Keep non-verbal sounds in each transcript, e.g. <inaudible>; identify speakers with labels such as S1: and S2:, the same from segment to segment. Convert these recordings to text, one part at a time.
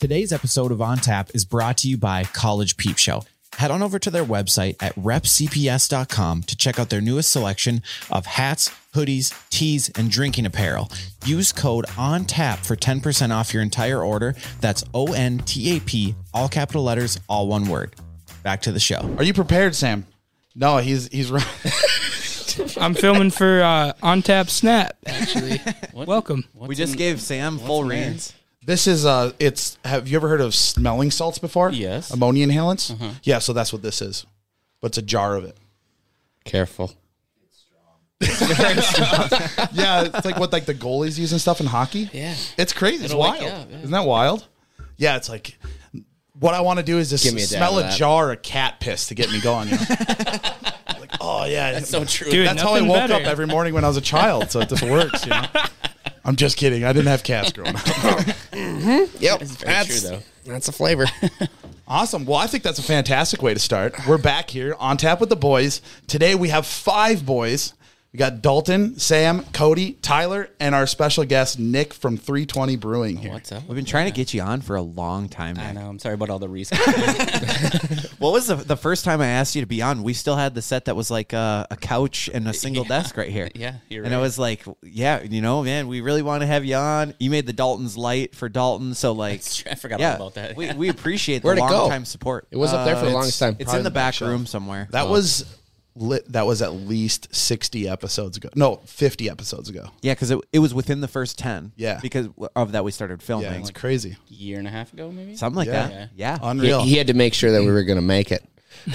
S1: Today's episode of On Tap is brought to you by College Peep Show. Head on over to their website at repcps.com to check out their newest selection of hats, hoodies, tees, and drinking apparel. Use code ONTAP for 10% off your entire order. That's O N T A P, all capital letters, all one word. Back to the show.
S2: Are you prepared, Sam? No, he's he's right. <laughs>
S3: I'm filming for uh, On Tap Snap. Actually, welcome.
S4: we just gave Sam full reins.
S2: This is uh it's have you ever heard of smelling salts before?
S4: Yes. Mm-hmm.
S2: Ammonia inhalants? Yeah, so that's what this is. But it's a jar
S4: <laughs>
S2: of it.
S4: Careful.
S2: Yeah, it's like what like the goalies use and stuff in hockey.
S4: Yeah.
S2: It's crazy.
S4: It'll
S2: it's wild.
S4: wake you up, yeah.
S2: Isn't that wild? Yeah, it's like what I want to do is just
S4: Give me a dab
S2: smell
S4: of
S2: a
S4: that.
S2: jar of cat piss to get me going. you know?
S4: <laughs>
S2: like, oh yeah. That's,
S4: So true.
S3: Dude,
S2: how I
S3: nothing
S2: woke up
S3: better.
S2: every morning when I was a child, so it just works, you
S4: <laughs>
S2: know. I'm just kidding. I didn't have cats growing up.
S5: Yep,
S4: very
S5: that's
S4: true, though.
S5: that's a flavor.
S2: Awesome. Well, I think that's a fantastic way to start. We're back here on tap with the boys. Today we have five boys. We got Dalton, Sam, Cody, Tyler, and our special guest Nick from 320 Brewing here.
S4: <laughs> <laughs> What's up?
S6: We've been trying to get you on for a long time
S4: I
S6: now.
S4: know. I'm sorry about all the
S5: <laughs>
S4: reasons.
S6: What was the, the first time I asked you to be on? We still had the set that was like uh, a couch and a single desk right here.
S4: <laughs> Yeah, you're
S6: and I
S4: right.
S6: was like, yeah, you know, man, we really want to have you on. You made the Dalton's light for Dalton, so like,
S4: That's true. I forgot all about that. <laughs>
S6: We, we appreciate the
S5: Where'd it go?
S6: long time support. Um,
S5: It was up there for the
S4: Uh,
S5: longest time.
S6: It's in the back room somewhere.
S2: That was lit. That was at least 60 episodes ago. No, 50 episodes ago.
S6: yeah, because it, it was within the first ten.
S2: Yeah.
S6: because of that we started filming.
S2: Yeah, it's crazy.
S4: year and a half ago, maybe.
S6: Something like
S2: Yeah.
S6: that. Yeah,
S2: Unreal.
S5: he, he had to make sure that we were going to make it.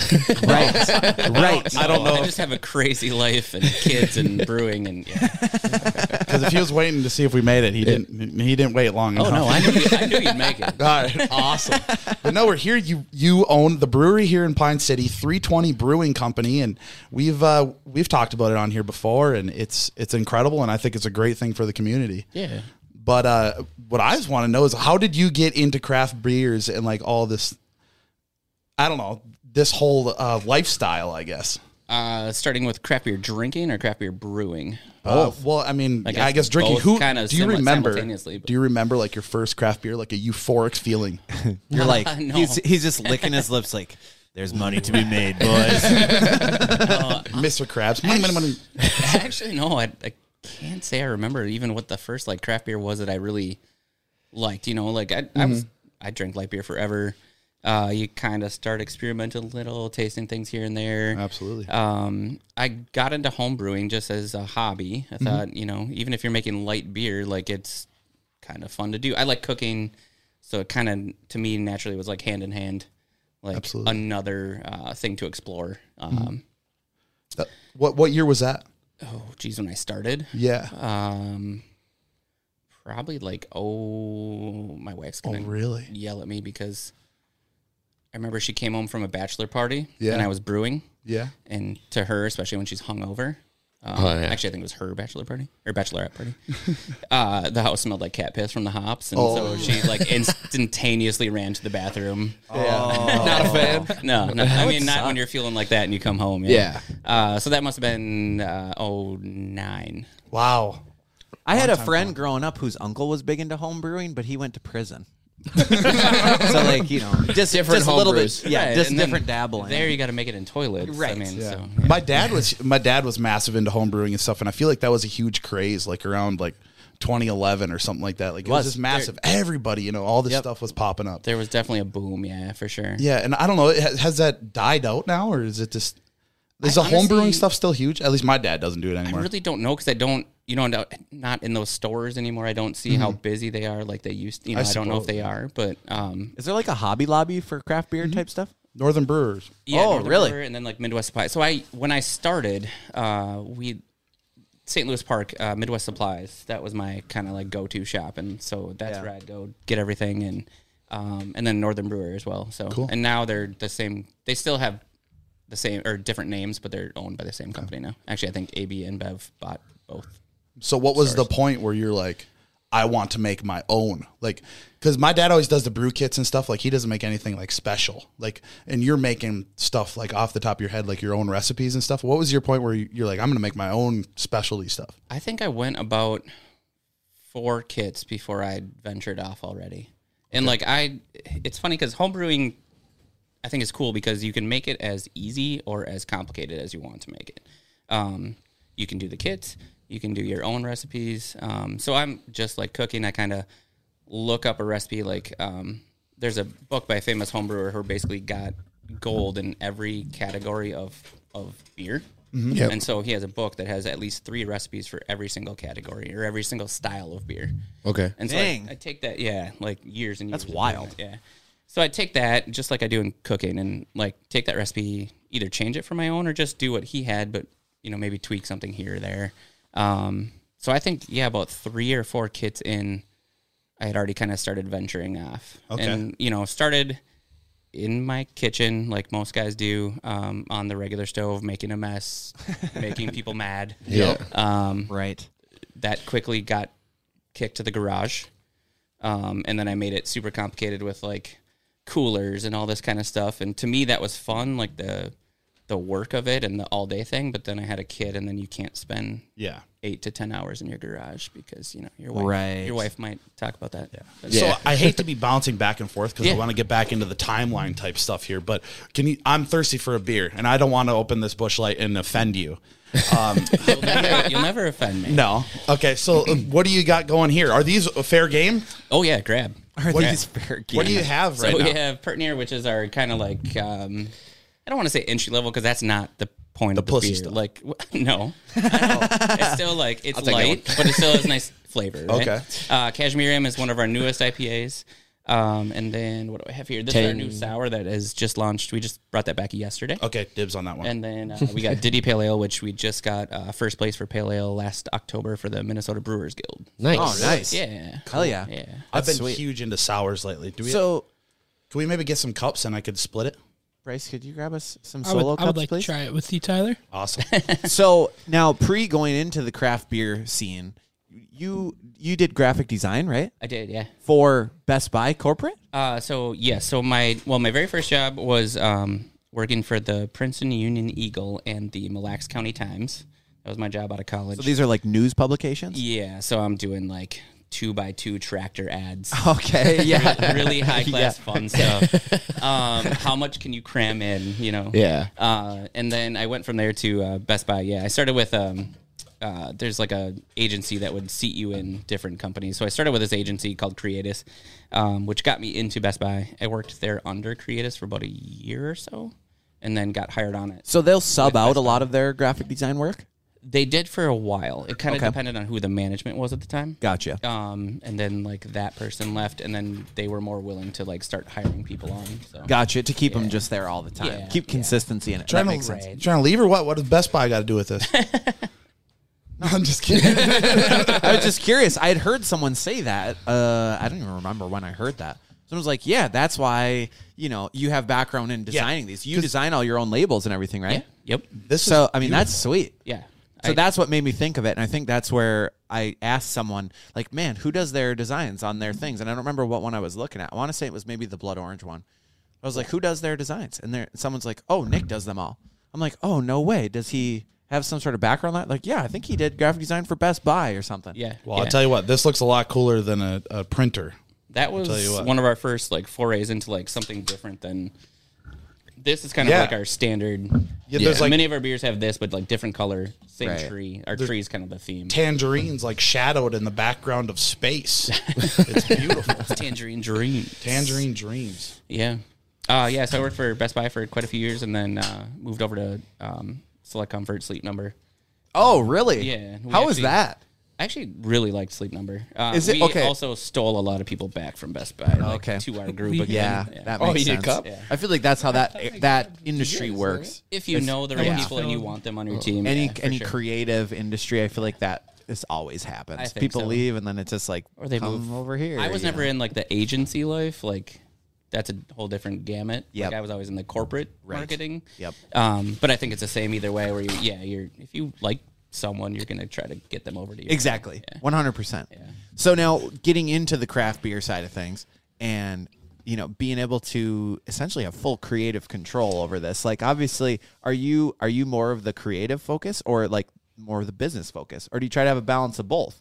S5: <laughs>
S6: right, right.
S4: I don't know. I just have a crazy life and kids and brewing and. Yeah.
S2: <laughs> Because if he was waiting to see if we made it, he didn't. He didn't wait long
S4: Oh
S2: enough.
S4: no! I knew, you- I knew you'd make it.
S2: All right, awesome. but no, we're here. You you own the brewery here in Pine City, 320 Brewing Company, and we've uh, we've talked about it on here before, and it's it's incredible, and I think it's a great thing for the community.
S4: <laughs> Yeah.
S2: But uh, what I just want to know is how did you get into craft beers and like all this? I don't know this whole uh, lifestyle, I guess.
S4: Uh, starting with craft beer drinking or craft beer brewing.
S2: Oh well, I mean, I
S4: I
S2: guess,
S4: guess
S2: drinking.
S4: both
S2: Who
S4: kinda
S2: do you
S4: simul-
S2: remember?
S4: simultaneously, but-
S2: Do you remember like your first craft beer, like a euphoric
S4: <laughs>
S2: feeling?
S6: You're like
S4: No.
S6: he's he's just licking his lips like there's money to be made, boys.
S2: Mr. Krabs. Mmm, Money, money, money.
S4: <laughs> Actually, no. I, I can't say I remember even what the first like craft beer was that I really liked. You know, like I, I was I drank light beer forever. Uh, you kind of start experimenting a little, tasting things here and there.
S2: Absolutely.
S4: Um, I got into home brewing just as a hobby. I thought, you know, even if you're making light beer, like it's kind of fun to do. I like cooking, so it kind of to me naturally was like hand in hand, like
S2: Absolutely.
S4: another uh, thing to explore. Um,
S2: That- Uh, What what year was that?
S4: Oh, geez, when I started,
S2: Yeah.
S4: um, probably like oh, my wife's gonna
S2: really?
S4: yell at me because I remember she came home from a bachelor party
S2: Yeah.
S4: and I was brewing.
S2: Yeah.
S4: and to her, especially when she's hungover. Um,
S5: Oh, yeah.
S4: Actually, I think it was her bachelor party or bachelorette party. <laughs> uh, the house smelled like cat piss from the hops, and
S2: Oh.
S4: so she like <laughs> instantaneously ran to the bathroom.
S2: Oh.
S5: <laughs> Not a fan.
S4: No, no, I mean not when you're feeling like that and you come home.
S5: Yeah.
S4: Uh, so that must have been uh, oh nine.
S2: Wow.
S6: I had a friend growing up whose uncle was big into home brewing, but he went to prison. <laughs> so like you know, just
S5: Different
S6: just a little
S5: homebrews.
S6: bit, yeah,
S4: Right,
S6: just
S4: and then
S6: different dabbling.
S4: There, you got to make it in toilets. I
S6: Right.
S4: mean,
S2: Yeah.
S4: so
S2: My dad was my dad was massive into home brewing and stuff, and I feel like that was a huge craze, like around like 2011 or something like that. Like it was,
S6: was.
S2: just massive. Everybody, you know, all this stuff was popping up.
S4: there was definitely a boom. Yeah, for sure.
S2: Yeah, and I don't know, it has, has that died out now, or is it just is
S4: I
S2: the home brewing
S4: honestly-
S2: stuff still huge? At least my dad doesn't do it
S4: I
S2: anymore.
S4: really don't know because I don't, you know, not- not in those stores anymore. I don't
S2: Mm-hmm.
S4: see how busy they are like they used. You know, I, don't know if they are, but um,
S6: Is there like a Hobby Lobby for craft
S4: Mm-hmm.
S6: beer type stuff?
S2: Northern Brewers.
S4: yeah,
S6: Oh,
S4: Northern
S6: really?
S4: Brewer and then like Midwest Supply. So I, when I started, uh, we, St. Louis Park, uh, Midwest Supplies. That was my kind of like go-to shop, and so that's where I'd go get everything, and um, and then Northern Brewer as well. So and now they're the same. They still have the same or different names, but they're owned by the same company now. Actually, I think AB and Bev bought both.
S2: So what was the point where you're like, I want to make my own? Like, because my dad always does the brew kits and stuff. Like he doesn't make anything like special. Like, and you're making stuff like off the top of your head, like your own recipes and stuff. What was your point where you- you're like, I'm gonna make my own specialty stuff?
S4: I think I went about four kits before I ventured off already. And like I, it's funny because homebrewing, I think is cool because you can make it as easy or as complicated as you want to make it. Um, you can do the kits, you can do your own recipes. Um, so I'm just like cooking. I kind of look up a recipe. Like um, there's a book by a famous homebrewer who basically got gold in every category of of beer.
S5: Yep.
S4: And so he has a book that has at least three recipes for every single category or every single style of beer.
S5: Okay.
S4: And so I-
S6: Dang.
S4: I, take that, yeah, like years and years.
S6: That's
S4: of
S6: wild.
S4: that, Yeah. So I take that just like I do in cooking and like take that recipe, either change it for my own or just do what he had, but you know, maybe tweak something here or there. Um, so I think, yeah, about three or four kits in, I had already kind of started venturing off.
S2: Okay.
S4: And, you know, started in my kitchen like most guys do um, on the regular stove, making a mess, making people <laughs> mad.
S5: Yeah.
S4: Mm-hmm.
S6: Right.
S4: that quickly got kicked to the garage. Um, and then I made it super complicated with like coolers and all this kind of stuff. And to me, that was fun, like the the work of it and the all day thing. But then I had a kid, and then you can't spend
S2: Yeah.
S4: eight to ten hours in your garage because you know your wife,
S6: Right.
S4: your wife might talk about that. But-
S5: Yeah.
S2: So I hate to be bouncing back and forth because
S4: Yeah.
S2: I want to get back into the timeline type stuff here. But can you? I'm thirsty for a beer, and I don't want to open this bush light and offend you. <laughs> Um,
S4: You'll, never, you'll never offend
S2: <laughs>
S4: me.
S2: no. Okay. So uh, what do you got going here? Are these a fair game?
S4: Oh yeah, grab.
S6: Are
S2: What-
S6: these fair
S2: What do you
S6: games?
S2: have right
S4: So
S2: now?
S4: we have Pertinier, which is our kind of like um, I don't want to say entry level because that's not the point of the
S2: pussy
S4: beer.
S2: stuff.
S4: Like <laughs> w-
S2: <laughs>
S4: no, I know. it's still like it's
S5: that
S4: light, but it still has nice flavor. Right?
S2: Okay.
S4: uh, Cashmerium is one of our newest IPAs. Um, and then what do I have here? This is our new sour that is just launched. We just brought that back yesterday.
S2: Okay, dibs on that one.
S4: And then uh, we got Diddy Pale Ale, which we just got uh, first place for Pale Ale last October for the Minnesota Brewers Guild.
S5: Nice.
S6: Oh, nice.
S4: Yeah.
S6: Hell yeah.
S4: Yeah.
S2: I've been
S6: sweet.
S2: huge into sours lately. Do we?
S6: So,
S2: can we maybe get some cups and I could split it?
S6: Bryce, could you grab us some
S3: I
S6: solo
S3: would, I
S6: cups,
S3: would like
S6: please?
S3: to try it with you, Tyler.
S6: <laughs>
S2: Awesome.
S6: So now, pre going into the craft beer scene, you you did graphic design, right?
S4: I did. Yeah.
S6: For Best Buy corporate.
S4: Uh, so yeah, so my well, my very first job was um, working for the Princeton Union Eagle and the Mille Lacs County Times. That was my job out of college.
S6: So these are like news publications.
S4: yeah, so I'm doing like two by two tractor ads.
S6: Okay.
S4: <laughs>
S6: Yeah. <laughs>
S4: really high class fun stuff. Um, how much can you cram in? You know.
S5: Yeah.
S4: Uh, and then I went from there to uh, Best Buy. Yeah, I started with um, uh, there's like a agency that would seat you in different companies. So I started with this agency called Creatus, um, which got me into Best Buy. I worked there under Creatus for about a year or so, and then got hired on it.
S6: So they'll sub out a lot of their graphic design work.
S4: They did for a while. It kind of
S6: Okay.
S4: depended on who the management was at the time.
S6: Gotcha.
S4: Um, and then like that person left, and then they were more willing to like start hiring people on. So
S6: Gotcha. To keep them just there all the time.
S4: Yeah,
S6: Keep consistency in it.
S2: trying
S6: that makes
S2: to
S6: sense.
S2: trying to leave or what? What does Best Buy got to do
S6: <laughs>
S2: with this? no, I'm just kidding.
S6: I was just curious. I had heard someone say that. Uh, I don't even remember when I heard that. Someone was like, "Yeah, that's why you know you have background in designing these. You design all your own labels and everything,
S4: yeah,
S6: right?"
S4: yep,
S2: This is
S6: So I mean, that's sweet.
S4: yeah.
S6: So
S4: I-
S6: that's what made me think of it, and I think that's where I asked someone, like, "Man, who does their designs on their things?" And I don't remember what one I was looking at. I want to say it was maybe the blood orange one. I was like, "Who does their designs?" And there, someone's like, "Oh, Nick does them all." I'm like, "Oh, no way! Does he have some sort of background?" on that?" Like, yeah, I think he did graphic design for Best Buy or something.
S4: yeah.
S2: Well,
S4: yeah.
S2: I'll tell you what, this looks a lot cooler than a, a printer.
S4: That was
S2: tell you what.
S4: one of our first like forays into like something different than this is kind of
S2: Yeah.
S4: like our standard.
S2: Yeah, there's like
S4: Many of our beers have this, but like different color, same
S6: Right.
S4: tree. Our tree is kind of the theme.
S2: tangerines like shadowed in the background
S6: <laughs>
S2: of space. it's beautiful.
S4: Tangerine Dream.
S2: Tangerine dreams.
S4: yeah. Uh, yeah. So I worked for Best Buy for quite a few years, and then uh, moved over to um, Select Comfort Sleep Number.
S6: Oh, really?
S4: Yeah, we
S6: How is
S4: actually-
S6: that?
S4: I actually really liked Sleep Number. Uh,
S6: Is it-
S4: we
S6: okay.
S4: also stole a lot of people back from Best Buy. Like,
S6: Okay.
S4: To our group again.
S6: Yeah, that
S5: Oh,
S6: makes
S5: you did
S6: sense.
S5: cup?
S4: Yeah.
S6: I feel like that's how that that industry works.
S4: If you know the right
S3: yeah.
S4: people and you want them on your team,
S6: Any
S4: yeah, for
S6: any
S4: sure.
S6: creative industry, I feel like that this always
S4: I
S6: happens.
S4: think
S6: People
S4: so.
S6: leave, and then it's just like,
S4: or they
S6: come
S4: move
S6: over here.
S4: I was
S6: you
S4: never
S6: know?
S4: in like the agency life. Like that's a whole different gamut.
S6: Yep.
S4: Like I was always in the corporate marketing.
S6: Yep.
S4: Um, but I think it's the same either way. Where you, yeah, you're if you like someone, you're gonna try to get them over to you.
S6: Exactly. One hundred percent. So now getting into the craft beer side of things and you know, being able to essentially have full creative control over this. Like obviously, are you are you more of the creative focus or like more of the business focus? Or do you try to have a balance of both?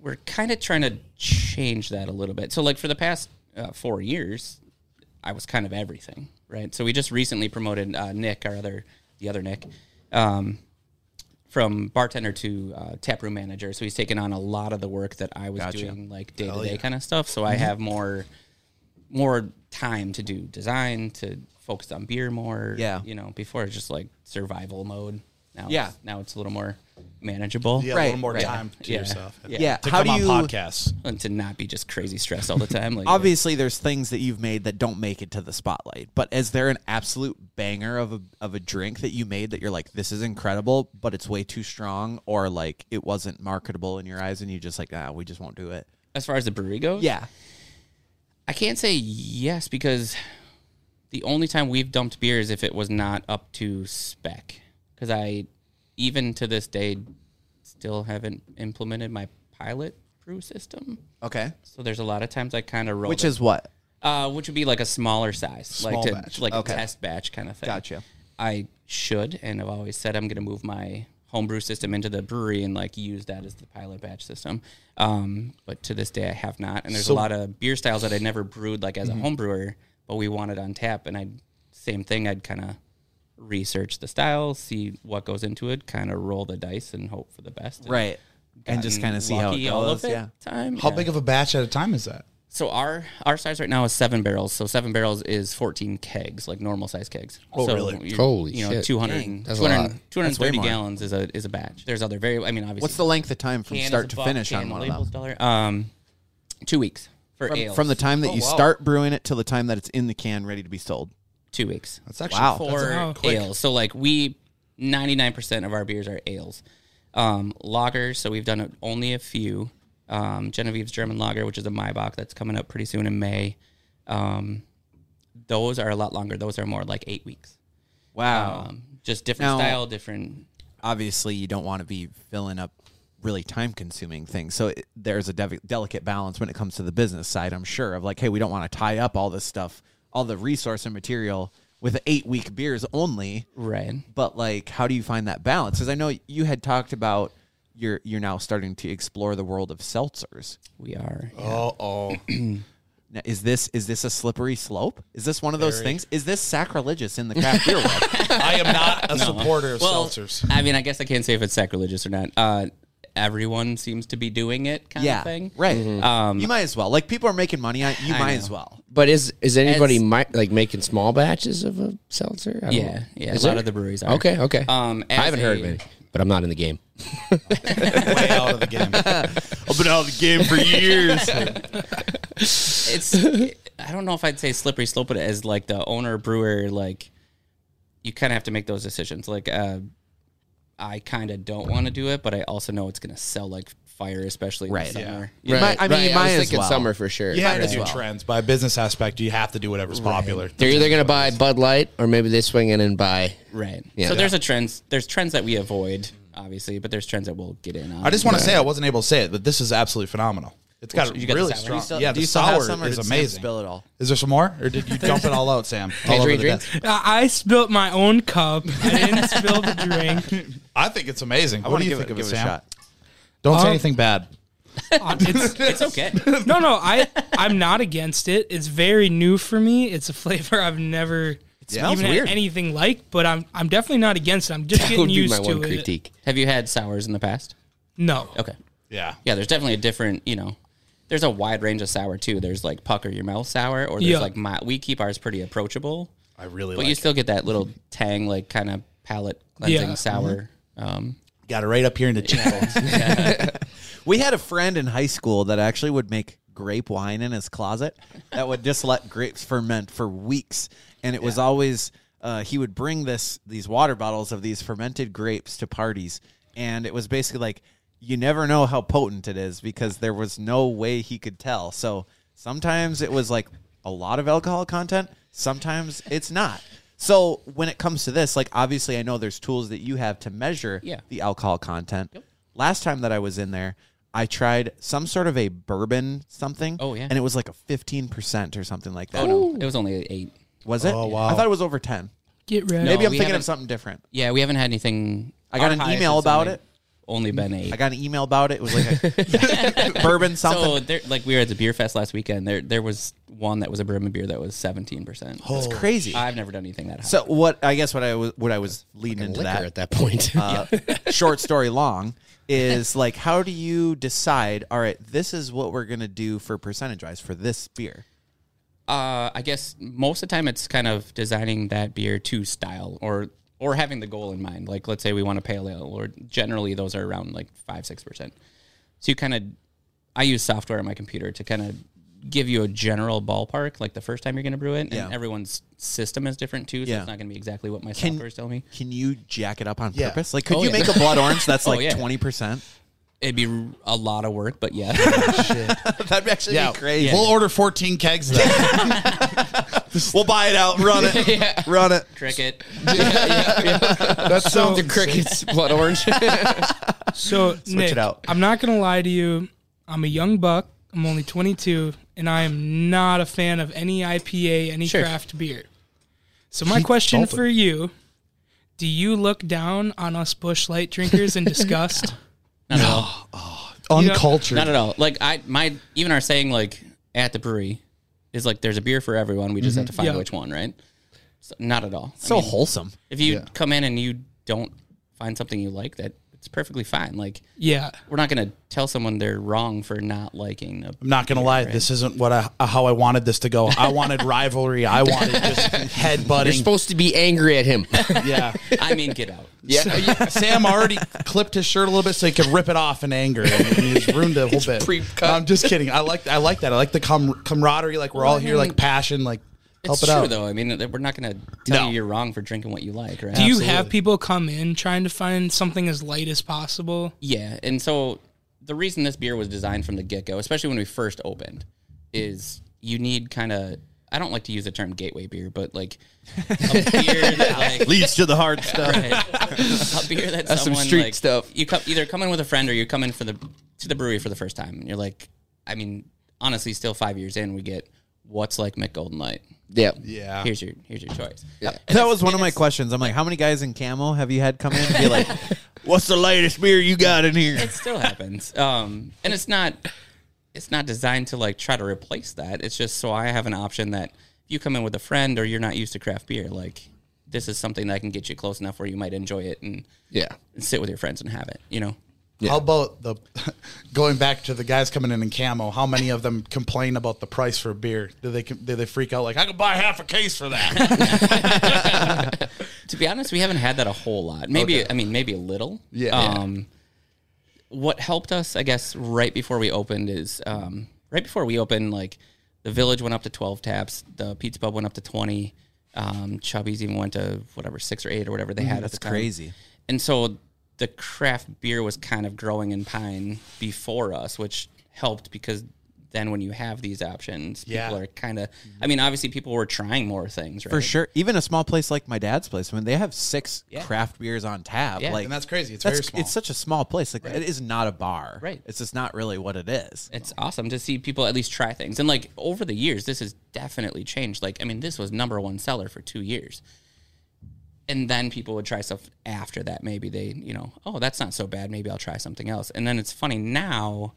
S4: We're kind of trying to change that a little bit. So like for the past uh, four years, I was kind of everything, right? So we just recently promoted uh, Nick, our other the other Nick, um, from bartender to uh, taproom manager. So he's taken on a lot of the work that I was doing, like day to day kind of stuff. So
S6: Mm-hmm.
S4: I have more more time to do design, to focus on beer more.
S6: Yeah.
S4: you know, before it's just like survival mode. Now,
S6: Yeah.
S4: it's, now it's a little more manageable.
S2: You have a
S6: Right,
S2: little more
S4: right.
S2: time to
S4: Yeah.
S2: yourself.
S4: Yeah.
S6: Yeah.
S2: To
S6: How
S2: come
S6: do
S2: on
S6: you-
S2: podcasts.
S4: and to not be just crazy
S6: <laughs>
S4: stressed all the time. Like
S6: Obviously, there's things that you've made that don't make it to the spotlight. But is there an absolute banger of a of a drink that you made that you're like, this is incredible, but it's way too strong, or like it wasn't marketable in your eyes, and you just like, ah, we just won't do it.
S4: as far as the brewery goes,
S6: Yeah,
S4: I can't say yes because the only time we've dumped beer is if it was not up to spec. Because I, even to this day, still haven't implemented my pilot brew system.
S6: okay.
S4: So there's a lot of times I kind of roll,
S6: Which
S4: the-
S6: is what?
S4: uh, which would be like a smaller size, like to,
S2: batch.
S4: like
S6: Okay.
S4: a test batch kind of thing.
S6: Gotcha.
S4: I should, and I've always said I'm going to move my homebrew system into the brewery and like use that as the pilot batch system. Um, but to this day, I have not. And there's a lot of beer styles that I never brewed like
S6: Mm-hmm.
S4: as a home brewer, but we wanted on tap. And I, same thing, I'd kind of research the style, see what goes into it, kind of roll the dice and hope for the best. And
S6: Right. And just
S4: gotten
S6: kind of see how it
S4: lucky
S6: goes.
S4: all of it
S6: Yeah.
S4: Time.
S2: How
S4: yeah.
S2: big of a batch at a time is that?
S4: So our our size right now is seven barrels. So seven barrels is fourteen kegs, like normal size kegs.
S2: Oh,
S4: so
S2: really?
S4: you-
S5: Holy
S4: You know,
S5: shit.
S4: 200,
S5: Dang, that's a
S4: 200,
S5: lot.
S4: 230
S6: more.
S4: gallons is a is a batch. There's other very. I mean, obviously,
S6: What's the length of time from
S4: can is
S6: start
S4: a
S6: to
S4: buck,
S6: finish
S4: can
S6: on one
S4: label's
S6: of them?
S4: dollar. Um, two weeks for
S6: From,
S4: ales.
S6: from the time that you start brewing it till the time that it's in the can ready to be sold.
S4: two weeks
S2: That's actually
S6: Wow.
S4: for ales. So like we, ninety nine percent of our beers are ales, um, lagers. So we've done only a few. Um, Genevieve's German Lager, which is a Maybach that's coming up pretty soon in May. Um, those are a lot longer. Those are more like eight weeks.
S6: Wow.
S4: Um, just different
S6: Now-
S4: style, different.
S6: obviously you don't want to be filling up really time consuming things. So it, there's a dev- delicate balance when it comes to the business side, I'm sure, of like, hey, we don't want to tie up all this stuff, all the resource and material with eight week beers only.
S4: Right.
S6: But like, how do you find that balance? Because I know you had talked about you're you're now starting to explore the world of seltzers.
S4: We are.
S2: Uh oh.
S6: Now, is this is this a slippery slope? Is this one of those things? Is this sacrilegious in the craft beer
S4: <laughs>
S6: world?
S2: I am
S6: <laughs>
S2: not a supporter of
S4: Well,
S2: seltzers.
S4: I mean, I guess I can't say if it's sacrilegious or not. Uh, everyone seems to be doing it, kind
S6: yeah,
S4: of thing. Um,
S6: right. you might as well. Like people are making money on it, you might as well.
S5: But is is anybody
S4: As-
S5: mi- like making small batches of a seltzer? I don't
S4: Yeah,
S5: know.
S4: yeah,
S5: Is
S4: a lot
S5: there?
S4: of the breweries are.
S5: Okay, okay.
S4: Um,
S5: I
S4: as
S5: haven't heard
S4: a-
S5: of any, but I'm not in the game.
S2: Way out of the game.
S6: I've been out of the game for <laughs> years.
S4: it's I don't know if I'd say slippery slope, but as like the owner brewer, like you kind of have to make those decisions. Like uh, I kind of don't want to do it, but I also know it's going to sell like fire, especially
S6: Right.
S4: in the summer.
S6: You might- I mean, you
S5: was
S6: might as
S5: thinking
S6: well.
S5: summer for sure.
S2: You have to
S6: as
S2: do
S6: well.
S2: trends. By a business aspect, you have to do whatever's popular.
S5: They're either going to buy Bud Light or maybe they swing in and buy.
S4: Right.
S5: Yeah.
S4: So there's a trends. There's trends that we avoid, obviously, but there's trends that we'll get in on.
S2: I just want to say I wasn't able to say it, but this is absolutely phenomenal. It's got
S4: you got the
S2: really
S4: sour?
S2: strong.
S4: Do you
S6: still-
S2: yeah,
S6: do
S2: the
S6: you still have
S2: sour
S6: some, or
S2: is
S6: did Sam
S2: amazing.
S6: spill it all?
S2: Is there some more, or did you dump it all out,
S6: <laughs>
S2: Sam? All over
S5: Drink,
S2: the
S5: drink.
S2: desk.
S3: Uh, I I spilled my own cup. I didn't spill the drink.
S2: I think it's amazing.
S6: I
S2: what
S6: want
S2: do
S6: to
S2: you
S6: give,
S2: think
S6: it, give
S2: of it,
S6: it a
S2: Sam?
S6: shot.
S2: Don't say
S3: Um,
S2: anything bad.
S3: Uh, It's,
S4: it's okay.
S3: no, no. I I'm not against it. It's very new for me. It's a flavor I've never
S6: smells
S3: even had
S6: weird.
S3: anything like. But I'm I'm definitely not against it. I'm just
S5: That would
S3: getting
S5: be my
S3: used to
S5: one
S3: it.
S5: critique.
S4: Have you had sours in the past?
S3: No.
S4: Okay.
S2: Yeah.
S4: Yeah, there's definitely a different, you know, there's a wide range of sour too. There's like pucker your mouth sour, or there's
S3: Yeah.
S4: like my, we keep ours pretty approachable,
S2: I really
S4: but
S2: like
S4: you
S2: it.
S4: still get that little tang, like kind of palate cleansing
S6: uh-huh.
S3: Yeah.
S4: sour. Um,
S2: Got it right up here in the cheekbones.
S6: We had a friend in high school that actually would make grape wine in his closet that would just let grapes ferment for weeks, and it was always uh, he would bring this these water bottles of these fermented grapes to parties, and it was basically like you never know how potent it is because there was no way he could tell. So sometimes it was like a lot of alcohol content, sometimes it's not. So when it comes to this, like obviously I know there's tools that you have to measure
S4: Yeah.
S6: the alcohol content. Last time that I was in there, I tried some sort of a bourbon something.
S4: Oh, yeah.
S6: and it was like a fifteen percent or something like that.
S4: oh no, it was only eight.
S6: Was it?
S2: Oh, wow.
S6: I thought it was over ten.
S3: Get ready.
S6: Maybe I'm
S4: we
S6: thinking
S4: haven't-
S6: of something different.
S4: Yeah, we haven't had anything.
S6: I got
S4: our
S6: an
S4: highest
S6: email
S4: is
S6: about
S4: only-
S6: it.
S4: only been eight.
S6: I got an email about it. It was
S4: <laughs>
S6: like a <laughs> bourbon
S4: so
S6: something.
S4: there, like we were at the beer fest last weekend. There, there was one that was a bourbon beer that was seventeen percent.
S6: It's crazy.
S4: I've never done anything that high.
S6: So what I guess what I was what I was leading into that
S5: liquor at
S4: <laughs>
S5: that point.
S6: uh, short story long is like how do you decide all right this is what we're going to do for percentage wise for this beer
S4: Uh, I guess most of the time it's kind of designing that beer to style or or having the goal in mind. Like let's say we want a pale ale, or generally those are around like five six percent. So you kind of, I use software on my computer to kind of give you a general ballpark. Like the first time you're going to brew it, and
S6: Yeah.
S4: everyone's system is different too, so
S6: Yeah.
S4: it's not going to be exactly what my
S6: Can-
S4: software's telling me.
S6: can you jack it up on
S2: Yeah.
S6: purpose like could
S4: Oh,
S6: you
S4: yeah.
S6: make a blood orange that's
S4: Oh,
S6: like
S4: yeah.
S6: 20%
S4: It'd be r- a lot of work, but
S6: <laughs> <laughs>
S4: yeah.
S6: that'd actually
S2: Yeah.
S6: be crazy
S2: We'll order 14
S6: <laughs>
S2: kegs then.
S6: we'll buy it out run it run it
S4: <laughs> Cricket.
S5: <laughs>
S2: That's so
S5: the crickets, blood orange.
S3: So Nick,
S6: it out.
S3: I'm not gonna lie to you. I'm a young buck. I'm only 22, and I am not a fan of any IPA, any craft beer. So my question for you: Do you look down on us bush light
S6: <laughs>
S3: drinkers in disgust?
S4: Not at all.
S2: uncultured.
S4: Not at all. Like I, my even our saying like at the brewery is like there's a beer for everyone. We just have to find
S3: Yeah.
S4: which one, right? So, not at all. I
S6: so
S4: mean,
S6: wholesome
S4: if you come in and you don't find something you like, that it's perfectly fine. Like
S3: yeah,
S4: we're not gonna tell someone they're wrong for not liking. A,
S2: I'm not gonna lie, this isn't what I uh, how I wanted this to go. I
S4: <laughs>
S2: wanted rivalry. I wanted just
S5: You're
S2: headbutting.
S5: supposed to be angry
S4: <laughs>
S5: at him.
S2: yeah,
S4: I mean, get out.
S5: <laughs>
S4: <laughs>
S5: yeah,
S2: Sam already clipped his shirt a little bit so he could rip it off in anger, and he just ruined it a whole bit.
S5: pre-cut.
S2: No, I'm just kidding. I like I like that. I like the com- camaraderie. Like we're all here, like passion. Like help
S4: It's
S2: it
S4: true
S2: out.
S4: though. I mean, that we're not gonna tell
S2: No.
S4: you you're wrong for drinking what you like, right?
S3: do you have people come in trying to find something as light as possible?
S4: Yeah, and so the reason this beer was designed from the get go, especially when we first opened, is you need kind of. I don't like to use the term gateway beer, but like
S5: <laughs>
S4: a beer that like
S6: leads to the hard stuff
S4: a beer that
S5: That's some
S4: someone,
S5: street
S4: like,
S5: stuff.
S4: You come, either come in with a friend or you come in for the to the brewery for the first time, and you're like, I mean, honestly, still five years in, we get what's like Mick Golden Light.
S5: yeah.
S2: Yeah.
S4: Here's your here's your choice.
S6: that was one of my questions i'm like how many guys in camo have you had come in and be like <laughs> what's the latest beer you got in here
S4: it still happens. Um, and it's not it's not designed to like try to replace that. It's just so I have an option that if you come in with a friend or you're not used to craft beer, like this is something that can get you close enough where you might enjoy it and
S5: Yeah.
S4: sit with your friends and have it. You know,
S2: How about the <laughs> going back to the guys coming in in camo? How many of them complain about the price for beer? Do they do they freak out like I could buy half a case for that?
S4: to be honest, we haven't had that a whole lot. Maybe I mean maybe a little.
S2: Yeah.
S4: Um, what helped us, I guess, right before we opened is um, right before we opened, like the village went up to twelve taps, the pizza pub went up to twenty, um, Chubby's even went to whatever six or eight or whatever they had. at
S6: that's
S4: the time.
S6: crazy
S4: And so the craft beer was kind of growing in pine before us, which helped because then when you have these options, people
S2: Yeah.
S4: are kind of. I mean, obviously, people were trying more things, right?
S6: For sure. Even a small place like my dad's place, when they have six craft beers on tap,
S4: Yeah.
S6: like
S2: And that's crazy. It's very small.
S6: It's such a small place. Like it is not a bar.
S4: Right.
S6: It's just not really what it is.
S4: it's awesome to see people at least try things. And like over the years, this has definitely changed. Like, I mean, this was number one seller for two years. And then people would try stuff after that. Maybe they, you know, oh, that's not so bad. Maybe I'll try something else. And then it's funny now,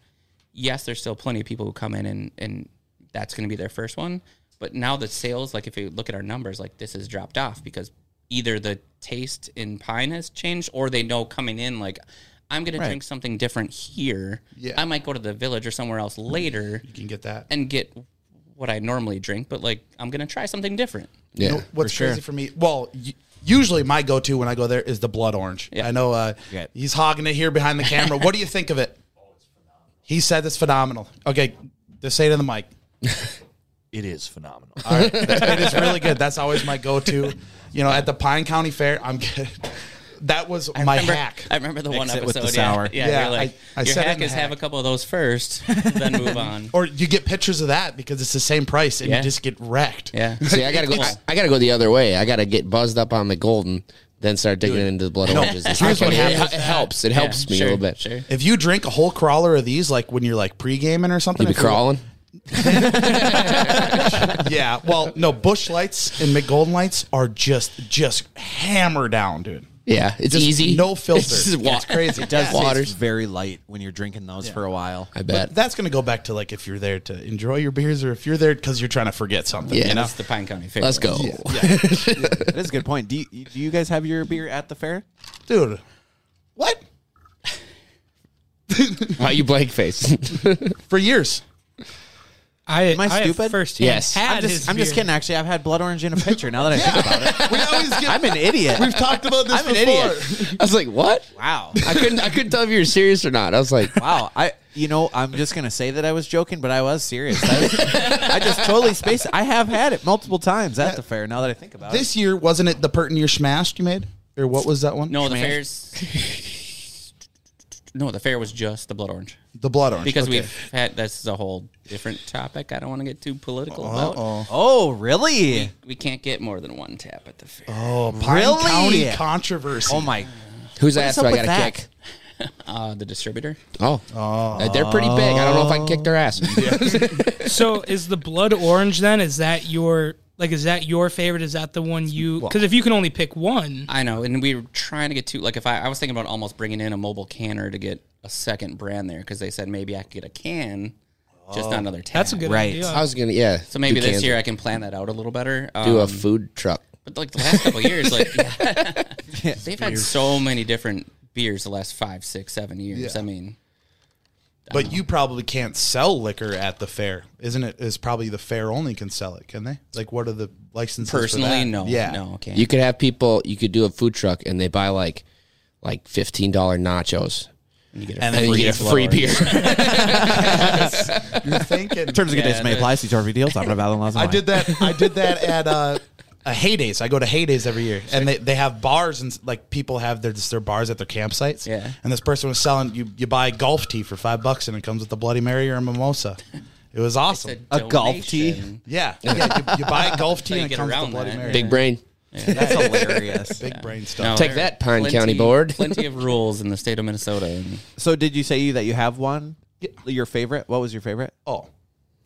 S4: yes, there's still plenty of people who come in and, and that's going to be their first one. But now the sales, like if you look at our numbers, like this has dropped off because either the taste in pine has changed or they know coming in, like, I'm going to drink something different here.
S2: Yeah.
S4: I might go to the village or somewhere else later
S2: you can get that.
S4: and get what I normally drink, but like, I'm going to try something different.
S5: Yeah.
S2: You know, what's crazy for me? Well, y- usually my go-to when I go there is the blood orange. I know uh,
S6: Yeah.
S2: he's hogging it here behind the camera. what do you think of it? He said it's phenomenal. Okay, just say it in the mic.
S7: It is phenomenal.
S2: All right. it is really good. That's always my go-to. You know, at the Pine County Fair, I'm good. That was my
S4: remember,
S2: hack.
S4: I remember the one
S6: it
S4: episode.
S6: with the
S4: yeah,
S6: sour.
S4: yeah,
S2: Yeah,
S4: you're like,
S2: I- I
S4: your
S2: said it
S4: hack
S2: in
S4: is
S2: the
S4: have a
S2: hack.
S4: couple of those first,
S2: <laughs>
S4: then move on.
S2: Or you get pictures of that because it's the same price and
S4: Yeah.
S2: you just get wrecked. <laughs>
S4: Yeah.
S5: See, I gotta go. I, I gotta go the other way. I gotta get buzzed up on the golden, then start digging into the blood oranges. It's
S2: here's
S5: fucking-
S2: what
S5: it,
S2: happens.
S5: it helps. It helps me
S4: sure,
S5: a little bit.
S4: Sure.
S2: If you drink a whole crawler of these, like when you're like pre-gaming or something,
S5: You be
S2: if you're-
S5: crawling.
S2: Yeah. Well, no, Bush Lights and McGolden Lights are just just hammer down, dude.
S5: Yeah, it's
S2: Just
S5: easy.
S2: no filter.
S5: <laughs> It's just wa-
S2: It's crazy. It <laughs>
S6: does
S5: Yeah.
S6: <laughs> water
S5: Waters.
S6: very light when you're drinking those for a while.
S5: I
S2: But
S5: bet.
S2: that's going to go back to like if you're there to enjoy your beers or if you're there because you're trying to forget something.
S5: Yeah.
S2: you know?
S4: That's the Pine County favorite.
S5: Let's go.
S6: that is a good point. Do you, do you guys have your beer at the fair?
S2: dude. What?
S5: <laughs> Why you blank face?
S2: For years.
S3: I
S6: Am I
S3: I have
S6: stupid?
S3: First,
S5: Yes.
S3: had
S6: I'm just,
S3: his
S6: I'm just
S3: beer.
S6: kidding. Actually, I've had blood orange in a pitcher. Now that I think about it,
S2: <laughs> We always get.
S6: I'm an idiot.
S2: we've talked about this
S6: I'm an
S2: before.
S6: idiot.
S5: I was like, what?
S6: Wow.
S5: I couldn't. I couldn't tell if you were serious or not. I was like,
S6: Wow, I you know I'm just gonna say that I was joking, but I was serious. I, was- I just totally spaced. it. I have had it multiple times at the fair. Now that I think about
S2: This year wasn't it the Pert and your smashed you made or what was that one?
S4: No, the fair's. <laughs> No, the fair was just the blood orange
S2: the blood orange
S4: because
S2: Okay.
S4: we've had. This is a whole different topic. I don't want to get too political about.
S6: it, oh really?
S4: We can't get more than one tap at the fair.
S2: oh Pine
S6: Really?
S2: County controversy.
S6: Oh my!
S5: whose ass
S6: up
S5: do I
S6: with
S5: got to
S6: that?
S5: kick?
S4: Uh, the distributor.
S5: Oh, they're pretty big. I don't know if I can kick their
S3: <laughs>
S5: ass.
S3: So is the blood orange then? Is that your like? Is that your favorite? Is that the one you? Because if you can only pick one,
S4: I know, and we were trying to get two. Like, if I, I was thinking about almost bringing in a mobile canner to get a second brand there because they said maybe I could get a can,
S2: Oh.
S4: just not another tap.
S3: that's a good
S6: Right.
S3: idea.
S5: I was gonna, yeah.
S4: So maybe
S5: do
S4: this
S5: cans.
S4: year I can plan that out a little better. Um,
S5: do a food truck.
S4: but like the last couple years, like <laughs> they've had so many different beers the last five, six, seven years. I mean,
S2: But you probably can't sell liquor at the fair, isn't it? Is probably the fair only can sell it, can they? Like, what are the licenses? for
S4: personally,
S2: that?
S4: no,
S2: yeah,
S4: no, okay.
S5: You could have people. You could do a food truck, and they buy like, like fifteen dollar nachos,
S2: and
S5: and
S2: then
S5: you get a
S4: <laughs>
S5: free beer.
S2: you're thinking.
S6: Terms and conditions may
S4: the-
S6: apply. See Torvey deals. I'm about laws.
S2: <laughs> I did that. I did <laughs> that at uh, a Heydays. I go to Heydays every year, and they, they have bars and like people have their just their bars at their campsites.
S4: Yeah.
S2: And this person was selling you you buy golf tee for five bucks, and it comes with a Bloody Mary or a mimosa. It was awesome.
S6: A golf tee.
S4: donation.
S2: yeah, yeah. You, you buy a
S4: <laughs>
S2: golf tee
S4: you
S2: and it
S4: get
S2: comes with a
S4: around
S2: Bloody
S4: that.
S2: Mary.
S5: Big brain.
S6: That's
S4: <laughs>
S6: hilarious.
S2: big brain stuff.
S4: No,
S5: Take
S4: there are
S5: that, Pine
S4: plenty-
S5: County Board.
S4: <laughs> plenty of rules in the state of Minnesota. And,
S6: So did you say that you have one? Your favorite? What was your favorite?
S2: Oh.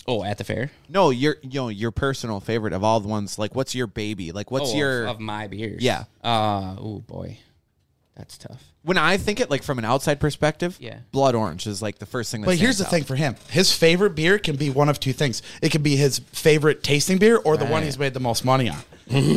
S4: oh, at the fair.
S6: No, your you know, your personal favorite of all the ones. Like, what's your baby? Like, what's
S4: oh,
S6: your?
S4: of, of my beers?
S6: Yeah.
S4: Uh, oh boy, that's tough.
S6: when I think it, like from an outside perspective,
S4: Yeah.
S6: blood orange is like the first thing. That
S2: But here's
S6: stands
S2: the
S6: out.
S2: thing for him: his favorite beer can be one of two things. It can be his favorite tasting beer or the one he's made the most money
S5: <laughs>
S2: on.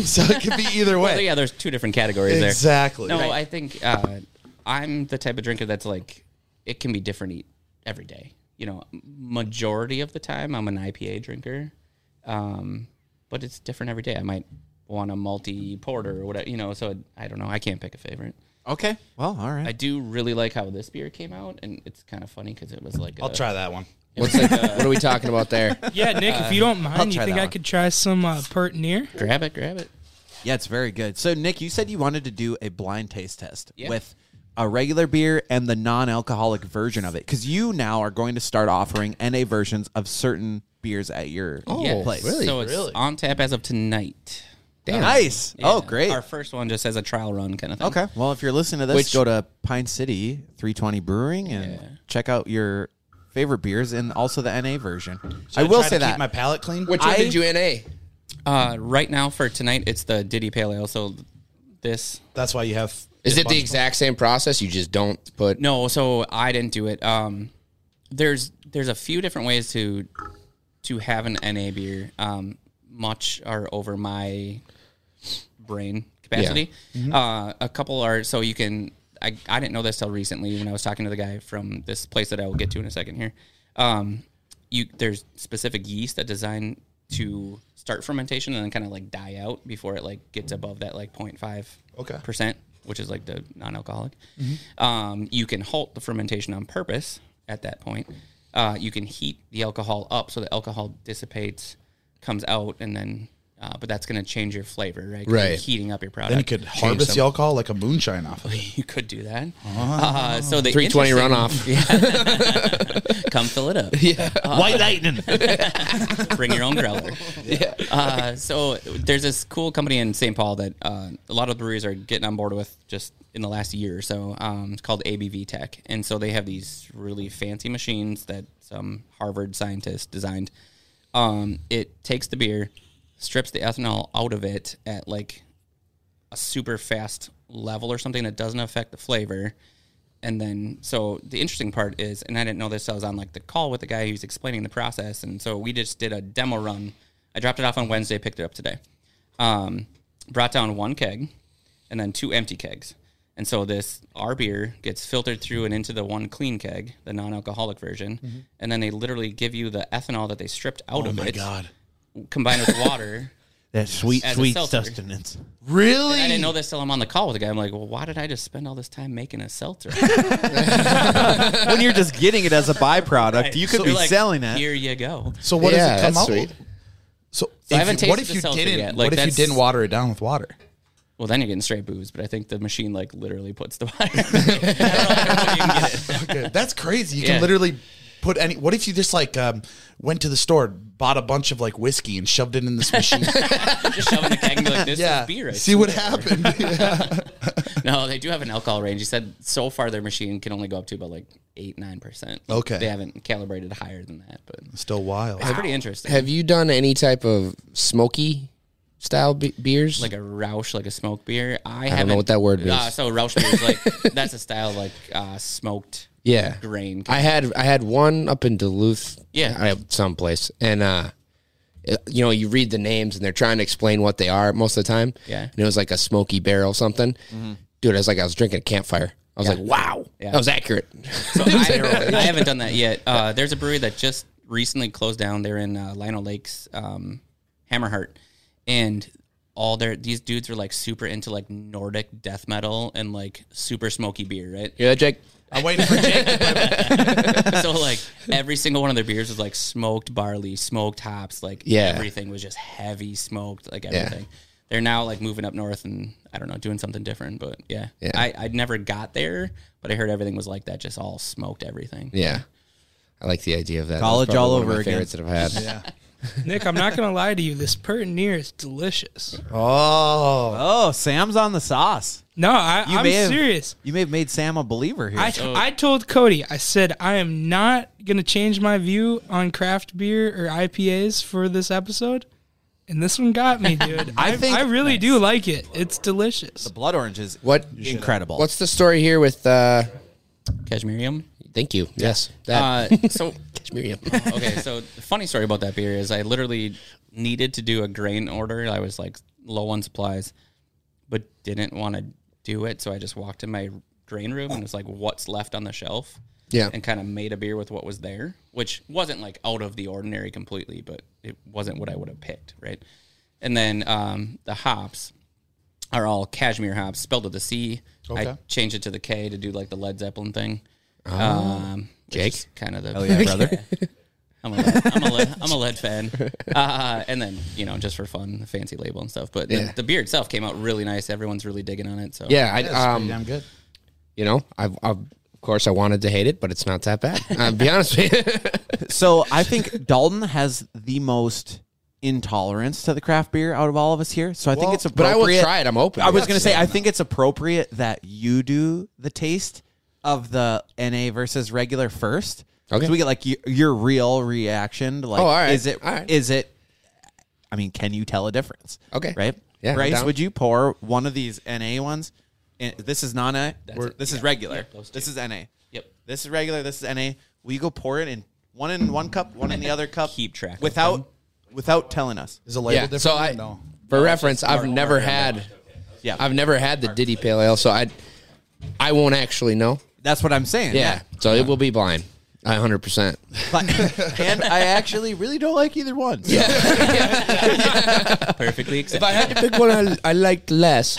S2: so it could be either
S4: So
S2: way.
S4: yeah, there's two different categories there.
S2: exactly.
S4: No, I think uh, I'm the type of drinker that's like it can be different eat every day. You know, majority of the time I'm an IPA drinker, um, but it's different every day. I might want a multi porter or whatever. You know, so I don't know. I can't pick a favorite.
S6: Okay. Well, all right.
S4: I do really like how this beer came out, and it's kind of funny because it was like
S2: I'll try that one.
S4: <laughs>
S5: What's like, what are we talking about there?
S3: yeah, Nick, if you don't mind, you
S6: try
S3: think
S6: that
S3: I
S6: one.
S3: could try some uh, pert near?
S4: Grab it, grab it.
S6: Yeah, it's very good. So, Nick, you said you wanted to do a blind taste test
S4: Yeah.
S6: with a regular beer and the non-alcoholic version of it, because you now are going to start offering NA versions of certain beers at your
S4: Oh,
S6: place.
S5: really?
S4: So it's on tap as of tonight.
S6: Nice. Oh, great.
S4: Our first one just as a trial run kind of thing.
S6: Okay. Well, if you're listening to this,
S5: Which-
S6: go to Pine City 320 Brewing and check out your favorite beers and also the NA version. I will
S2: Try to
S6: say
S2: keep
S6: that.
S2: my palate clean.
S5: Which one
S6: I-
S5: did you na?
S4: Uh, right now for tonight, it's the Diddy Pale Ale. So this
S2: That's why you have.
S5: Is it the
S2: bunch-
S5: exact same process? You just don't put.
S4: no. So I didn't do it. Um, there's there's a few different ways to to have an NA beer. Um, much are over my brain capacity. Uh, a couple are so you can. I, I didn't know this till recently when I was talking to the guy from this place that I will get to in a second here. Um, you there's specific yeast that designed to start fermentation and then kind of like die out before it like gets above that like 0.5
S2: Okay. Mm-hmm.
S4: percent, which is like the non-alcoholic. Um, you can halt the fermentation on purpose at that point. Uh, you can heat the alcohol up so the alcohol dissipates, comes out, and then. Uh, but that's going to change your flavor, right? 'Cause you're
S5: Right.
S4: Heating up your product.
S2: Then you could harvest the alcohol like a moonshine off of it.
S4: <laughs> You could do that.
S2: Ah.
S4: Uh, so the
S5: 320
S4: interesting- <laughs>
S5: runoff.
S4: Yeah. Come fill it up. <laughs> Yeah.
S7: White lightning.
S4: <laughs> Bring your own growler. Yeah. Uh, so there's this cool company in St. Paul that uh, a lot of breweries are getting on board with just in the last year or so. Um, it's called ABV Tech, and so they have these really fancy machines that some Harvard scientist designed. Um, it takes the beer, strips the ethanol out of it at like a super fast level or something that doesn't affect the flavor. And then, so the interesting part is, and I didn't know this. I was on like the call with the guy who's explaining the process, and so we just did a demo run. I dropped it off on Wednesday, picked it up today. Um, brought down one keg, and then two empty kegs. And so this our beer gets filtered through and into the one clean keg, the non-alcoholic version, and then they literally give you the ethanol that they stripped out
S2: Mm-hmm. Oh
S4: of
S2: my
S4: it,
S2: god.
S4: combined with
S2: <laughs>
S4: water.
S8: That sweet,
S4: As a
S8: sweet
S4: seltzer.
S8: sustenance.
S2: Really?
S4: I didn't know this till I'm on the call with the guy. I'm like, well, why did I just spend all this time making a seltzer?
S6: when you're just getting it as a byproduct, you could
S4: So
S6: be
S4: like,
S6: selling it.
S4: Here you go.
S2: So what does
S5: Yeah,
S2: it come
S5: that's
S2: out?
S5: sweet.
S2: So,
S4: I
S2: if
S4: haven't
S2: you- what
S4: tasted
S2: if
S4: the
S2: you
S4: seltzer
S2: didn't?
S4: yet. Like,
S2: What if you
S4: that's-
S2: didn't water it down with water?
S4: Well, then you're getting straight booze, but I think the machine like literally puts the <laughs> water. I don't know, I don't know if you can get it.
S2: Okay, that's crazy. You
S4: Yeah.
S2: can literally put any. What if you just like um, went to the store, bought a bunch of like whiskey, and shoved it in this machine?
S4: Just shove it in the keg and be like, this
S2: yeah,
S4: is beer. I
S2: see what happened.
S4: No, they do have an alcohol range. He said so far their machine can only go up to about like eight nine percent.
S2: Okay.
S4: they haven't calibrated higher than that, but it's
S2: Still wild.
S4: pretty interesting.
S5: Have you done any type of smoky style be- beers?
S4: like a Roush, like a smoke beer. I,
S5: don't know what that word means.
S4: Uh, so Roush beer is like that's a style of like uh, smoked
S5: yeah,
S4: grain.
S5: I had I had one up in Duluth,
S4: Yeah.
S5: I, someplace, and uh, it- you know, you read the names and they're trying to explain what they are most of the time.
S4: Yeah.
S5: and it was like a smoky barrel something. Dude, I was like, I was drinking a campfire. I was like, wow,
S4: Yeah.
S5: that was accurate. <laughs>
S4: So I, I haven't done that yet. Uh, there's a brewery that just recently closed down. They're in uh, Lionel Lakes, um, Hammerheart, and all their these dudes are like super into like Nordic death metal and like super smoky beer, right?
S5: Hear that, Jake?
S2: I'm waiting for Jake.
S4: so like every single one of their beers was like smoked barley, smoked hops, like
S5: Yeah.
S4: everything was just heavy smoked, like everything. They're now like moving up north and I don't know, doing something different. But yeah.
S5: Yeah.
S4: I, I never got there, but I heard everything was like that, just all smoked everything.
S5: Yeah, I like the idea of that. That's
S6: College
S5: probably
S6: all
S5: one of
S6: over
S5: my
S6: again.
S5: Favorites that I've had.
S3: Nick, I'm not gonna lie to you. This Pertinier is delicious.
S2: Oh,
S6: Oh, Sam's on the sauce.
S3: No, I,
S6: You
S3: I'm
S6: may have-
S3: serious.
S6: You may have made Sam a believer here.
S3: I, I told Cody, I said I am not gonna change my view on craft beer or IPAs for this episode, and this one
S6: <laughs>
S3: got me, dude. I,
S6: think-
S3: I really do like it. It's delicious.
S6: Blood orange is
S5: What?
S6: incredible.
S5: What's the story here with? uh
S4: Cashmerium.
S5: Thank you. Yes, that.
S4: Uh, so
S5: Miriam.
S4: okay, so the funny story about that beer is I literally needed to do a grain order. I was like low on supplies, but didn't want to do it. So I just walked in my grain room and was like, what's left on the shelf?
S5: Yeah.
S4: And kind of made a beer with what was there, which wasn't like out of the ordinary completely, but it wasn't what I would have picked, right? And then um, the hops are all cashmere hops spelled with a C. I
S2: Okay.
S4: changed it to the K to do like the Led Zeppelin thing. um, Jake, kind of the
S6: <laughs> brother.
S4: I'm a lead, I'm a lead, I'm a lead fan. Uh, and then, you know, just for fun, the fancy label and stuff. But
S5: Yeah.
S4: the, the beer itself came out really nice. Everyone's really digging on it. So
S5: <laughs> yeah, I,
S2: pretty damn
S5: um,
S2: good.
S5: you know, I've, I've, of course, I wanted to hate it, but it's not that bad. <laughs> I'll be honest with you.
S6: so I think Dalton has the most intolerance to the craft beer out of all of us here. So I think it's
S5: but I
S6: appropriate.
S5: will try it. I'm open.
S6: I was going to say, I think it's appropriate that you do the taste of the NA versus regular first.
S5: Okay.
S6: So we get like your, your real reaction. To like,
S5: Oh, all right.
S6: Is it? Is
S5: All right.
S6: it? I mean, can you tell a difference?
S5: Okay.
S6: Right.
S5: Yeah, I'm
S6: Bryce,
S5: down.
S6: would you pour one of these NA ones? And this is non NA. This is regular.
S4: those
S6: this is NA.
S4: Yep.
S6: This is regular. This is NA. Will you go pour it in one in one cup, one in
S4: <laughs>
S6: the other cup?
S4: Keep track of
S6: without without telling us.
S2: Is the label
S5: yeah.
S2: different?
S5: So
S2: or
S5: I,
S2: no.
S5: for reference, I've never had,
S6: Yeah.
S5: I've never had the Diddy Pale Ale, so I, I won't actually know.
S6: That's what I'm saying.
S5: Yeah. So it will be blind. I 100. percent
S6: But- <laughs> and I actually really don't like either one. so-
S4: perfectly acceptable.
S5: I had to pick one I, I liked less.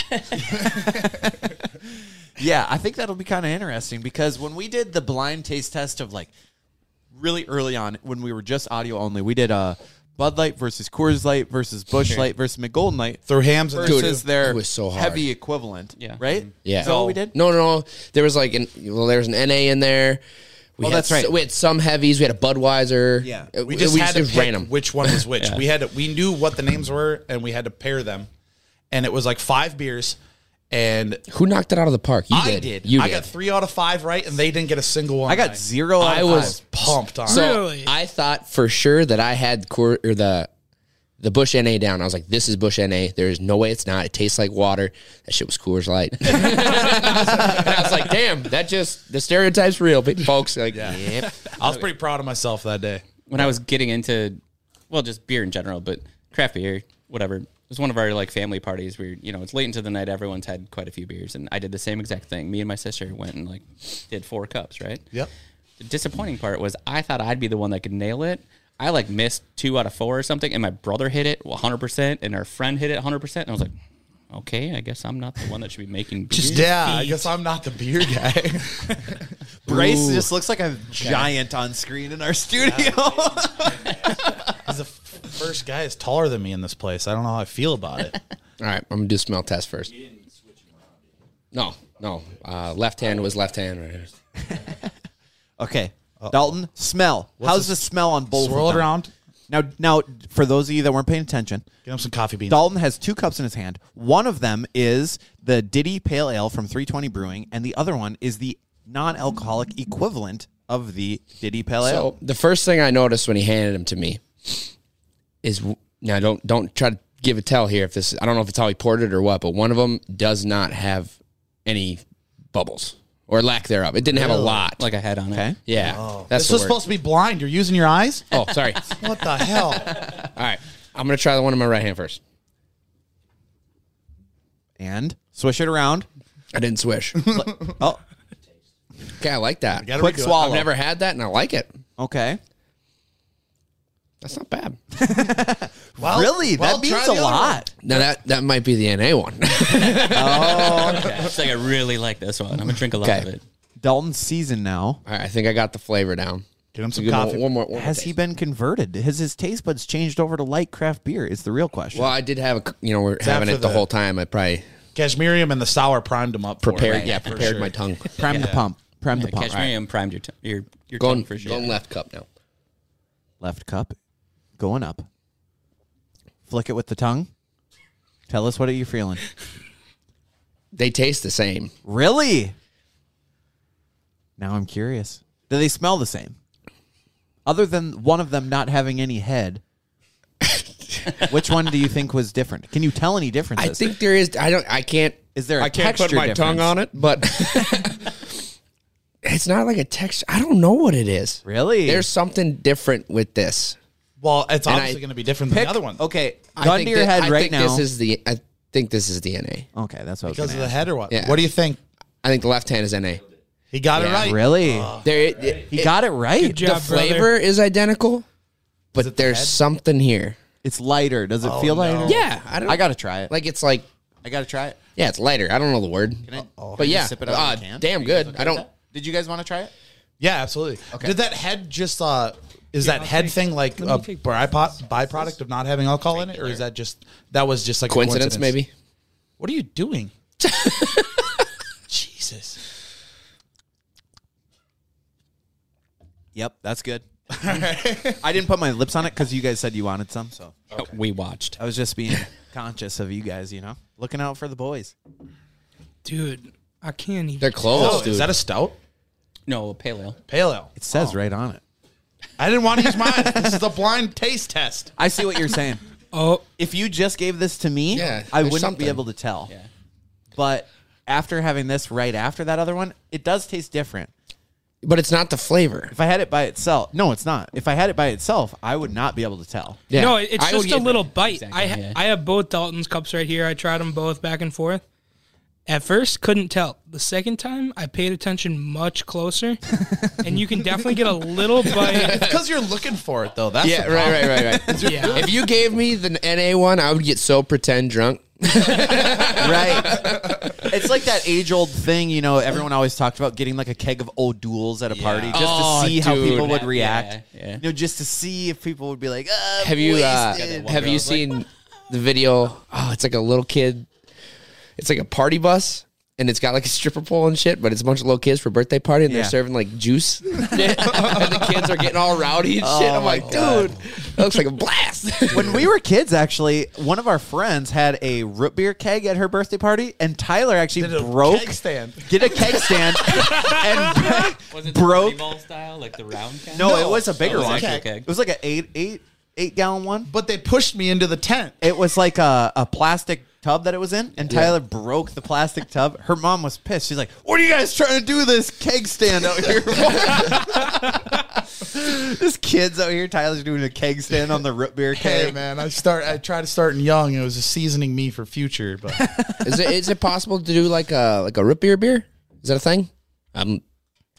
S6: Yeah, I think that'll be kind of interesting because when we did the blind taste test of like really early on when we were just audio only, we did uh, Bud Light versus Coors Light versus Bush Light versus McGolden Light
S2: Through hams and
S6: versus their
S5: it was so hard.
S6: heavy equivalent.
S4: Yeah.
S2: Mm-hmm.
S6: Right?
S5: <laughs> Yeah.
S6: Is that what we did?
S5: No, no, no. There was like an well, there was an NA in there. We
S6: Oh,
S5: had
S6: that's right.
S5: s- we had some heavies. We had a Budweiser.
S6: Yeah.
S5: It-
S2: we just
S5: it
S2: had to
S5: was
S2: pick
S5: random.
S2: which one was which. We had to, we knew what the names were, and we had to pair them. And it was like five beers, and
S5: Who knocked it out of the park? You
S2: I
S5: did.
S2: did.
S5: You
S2: I
S5: did.
S2: got three out of five right, and they didn't get a single one.
S6: I got
S2: right.
S6: zero. Out
S5: I
S6: of
S5: was
S6: five.
S2: pumped on. it.
S5: so
S3: Really?
S5: I thought for sure that I had cor- or the the Bush NA down. I was like, this is Bush NA. There is no way it's not. It tastes like water. That shit was Coors Light. <laughs> and I was like, damn, that just, the stereotype's real, but folks. Like, yep.
S2: I was pretty proud of myself that day.
S4: when I was getting into, well, just beer in general, but craft beer, whatever. It was one of our like family parties where you know it's late into the night. Everyone's had quite a few beers, and I did the same exact thing. Me and my sister went and like did four cups, right?
S2: Yep.
S4: The disappointing part was I thought I'd be the one that could nail it. I like missed two out of four or something, and my brother hit it 100, percent and our friend hit it 100, percent and I was like, okay, I guess I'm not the one that should be making beer.
S2: Yeah, I guess I'm not the beer guy.
S6: Brace just looks like a giant on screen in our studio.
S2: <laughs> He's the f- first guy is taller than me in this place. I don't know how I feel about it.
S5: All right, I'm going to do smell test first. No, no. Uh, left hand was left hand. Right here.
S6: <laughs> okay, Dalton, smell. How's the smell on both?
S2: Swirl
S6: of them?
S2: it around.
S6: Now, now, for those of you that weren't paying attention,
S2: Get him some coffee beans.
S6: Dalton has two cups in his hand. One of them is the Diddy Pale Ale from 320 Brewing, and the other one is the non-alcoholic equivalent of the Diddy Pale Ale.
S5: So the first thing I noticed when he handed him to me is now don't don't try to give a tell here if this I don't know if it's how he poured it or what, but one of them does not have any bubbles or lack thereof. It didn't have a lot.
S4: Like a head on
S6: Okay.
S4: it.
S5: yeah,
S2: Oh.
S5: that's
S2: this
S5: the
S2: was
S5: word.
S2: supposed to be blind. You're using your eyes.
S5: Oh, sorry.
S2: What the hell?
S5: All right, I'm gonna try the one in my right hand first.
S6: And swish it around.
S5: I didn't swish.
S6: Oh,
S5: okay, I like that.
S2: gotta
S6: quick
S2: redo it.
S6: swallow.
S5: I've never had that, and I like it.
S6: okay.
S5: That's not bad.
S2: Well,
S6: really?
S2: well,
S6: that
S2: try
S6: means
S2: the
S6: a
S2: other
S6: lot.
S5: Now that that might be the NA one. <laughs>
S4: <laughs> It's like I really like this one. I'm gonna drink a lot of
S5: Okay.
S4: it.
S6: Dalton's seasoned now.
S5: All right, I think I got the flavor down.
S2: Get him some
S5: Give me
S2: coffee.
S5: One, one more. One more
S6: Has
S5: taste.
S6: he been converted? Has his taste buds changed over to light craft beer? Is the real question.
S5: Well, I did have a. c- You know, we're having
S2: after
S5: it the
S2: the-
S5: whole time. I probably
S2: Cashmerium and the sour primed him up. for it.
S5: prepared.
S2: Right.
S5: yeah,
S2: For
S5: prepared
S2: sure.
S5: my tongue.
S6: prime the pump. Prime the
S4: Yeah,
S6: pump.
S4: Cashmere and primed your t- your your
S5: Going,
S4: tongue for sure.
S5: going left cup now.
S6: Left cup, going up. Flick it with the tongue. Tell us what are you feeling?
S5: They taste the same.
S6: Really? Now I'm curious. Do they smell the same? Other than one of them not having any
S5: <laughs>
S6: head, which one do you think was different? Can you tell any differences?
S5: I think there is. I don't. I can't.
S6: Is there a
S5: I can't put
S6: texture
S5: my tongue
S6: difference?
S5: on it, but <laughs> it's not like a texture. I don't know what it is.
S6: really.
S5: There's something different with this.
S2: Well, it's
S5: And
S2: obviously
S5: I-
S2: going to be different
S6: Pick-
S2: than the other one.
S6: Okay,
S5: I
S6: gun to
S5: think
S6: your
S5: that-
S6: head
S5: I
S6: right
S5: think
S6: now.
S5: This is the. I think this is DNA.
S6: okay, that's what
S2: Because
S6: I was
S2: of the
S6: going
S2: head or what?
S5: Yeah.
S2: What do you think?
S5: I think the left hand is NA.
S2: He got it
S5: Yeah,
S2: right.
S6: Really?
S5: There, it, it-
S6: he
S5: it-
S6: got it right.
S3: Good job,
S5: the flavor
S3: brother.
S5: is identical, but there's something here.
S6: It's lighter. Does it feel lighter?
S5: Oh, Yeah, I don't.
S6: I gotta try it.
S5: like it's like
S6: I gotta try it.
S5: yeah, it's lighter. I don't know the word, but yeah,
S6: sip it out of
S5: uh,
S6: the can?
S5: damn good. I don't.
S6: Did you guys want to try it?
S2: Yeah, absolutely. Did that head just uh is that head thing like a
S3: let me take
S2: byproduct, byproduct of not having alcohol in it, or is that just that was just like a
S5: Coincidence, maybe.
S2: What are you <laughs> doing? Jesus.
S6: Yep, that's
S5: <laughs>
S6: good. I didn't put my lips on it because you guys said you wanted some, so
S4: Oh, We watched.
S6: I was just
S5: <laughs>
S6: being conscious of you guys. You know, looking out for the boys.
S3: Dude, I can't even.
S5: They're close,
S2: Oh,
S5: dude.
S2: is that a stout?
S4: No, pale ale.
S2: Pale ale.
S6: It says
S5: Oh.
S6: right on it.
S2: I didn't want to use mine. this is a blind taste test.
S6: I see what you're
S5: <laughs>
S6: saying.
S3: Oh,
S6: if you just gave this to me,
S5: Yeah,
S6: I
S5: there's
S6: wouldn't
S5: something.
S6: be able to tell. But after having this right after that other one, it does taste different.
S5: but it's not the flavor.
S6: If I had it by itself, no, it's not. If I had it by itself, I would not be able to tell.
S5: <laughs> Yeah.
S3: No, it- it's
S5: I would
S3: just a
S5: get-
S3: little bite.
S4: Exactly,
S3: I ha-
S4: yeah.
S3: I have both Dalton's cups right here. I tried them both back and forth. At first, couldn't tell. The second time, I paid attention much closer, and you can definitely get a little bite.
S2: Because you're looking for it though. That's
S3: <laughs>
S5: Yeah, right, right, right, right.
S3: Yeah.
S5: If you gave me the NA one, I would get so pretend drunk. <laughs>
S6: right. It's like that age old thing, you know, everyone always talked about getting like a keg of old duels at a party just
S5: Oh,
S6: to see how
S5: dude.
S6: people would
S4: Yeah,
S6: react.
S4: yeah, yeah.
S6: You know, just to see if people would be like, "Ah,
S5: Have you uh,
S6: wasted."
S5: have you seen the video? Oh, it's like a little kid. It's like a party bus, and it's got like a stripper pole and shit. But it's a bunch of little kids for a birthday party, and
S6: Yeah.
S5: they're serving like juice, <laughs> and the kids are getting all rowdy and shit. I'm like, dude, that looks like a blast.
S6: <laughs> when we were kids, actually, one of our friends had a root beer keg at her birthday party, and Tyler actually
S2: Did a
S6: broke
S2: keg stand.
S6: did a keg
S2: <laughs>
S6: stand and broke.
S4: style, like the round?
S6: No, it was a bigger
S4: it was
S6: one.
S4: actual keg.
S6: It was like an eight eight eight gallon one.
S2: But they pushed me into the tent.
S6: It was like a, a plastic tub that it was in, and Tyler broke the plastic tub. Her mom was pissed. She's like, "What are you guys trying to do with this keg stand out here?" <laughs> for?" this kid's out here. Tyler's doing a keg stand on the root beer
S2: Hey
S6: keg.
S2: man, I start. I tried to start in young. It was a seasoning me for future, <laughs> but
S5: Is it is it possible to do like a like a root beer beer? Is that a thing? I'm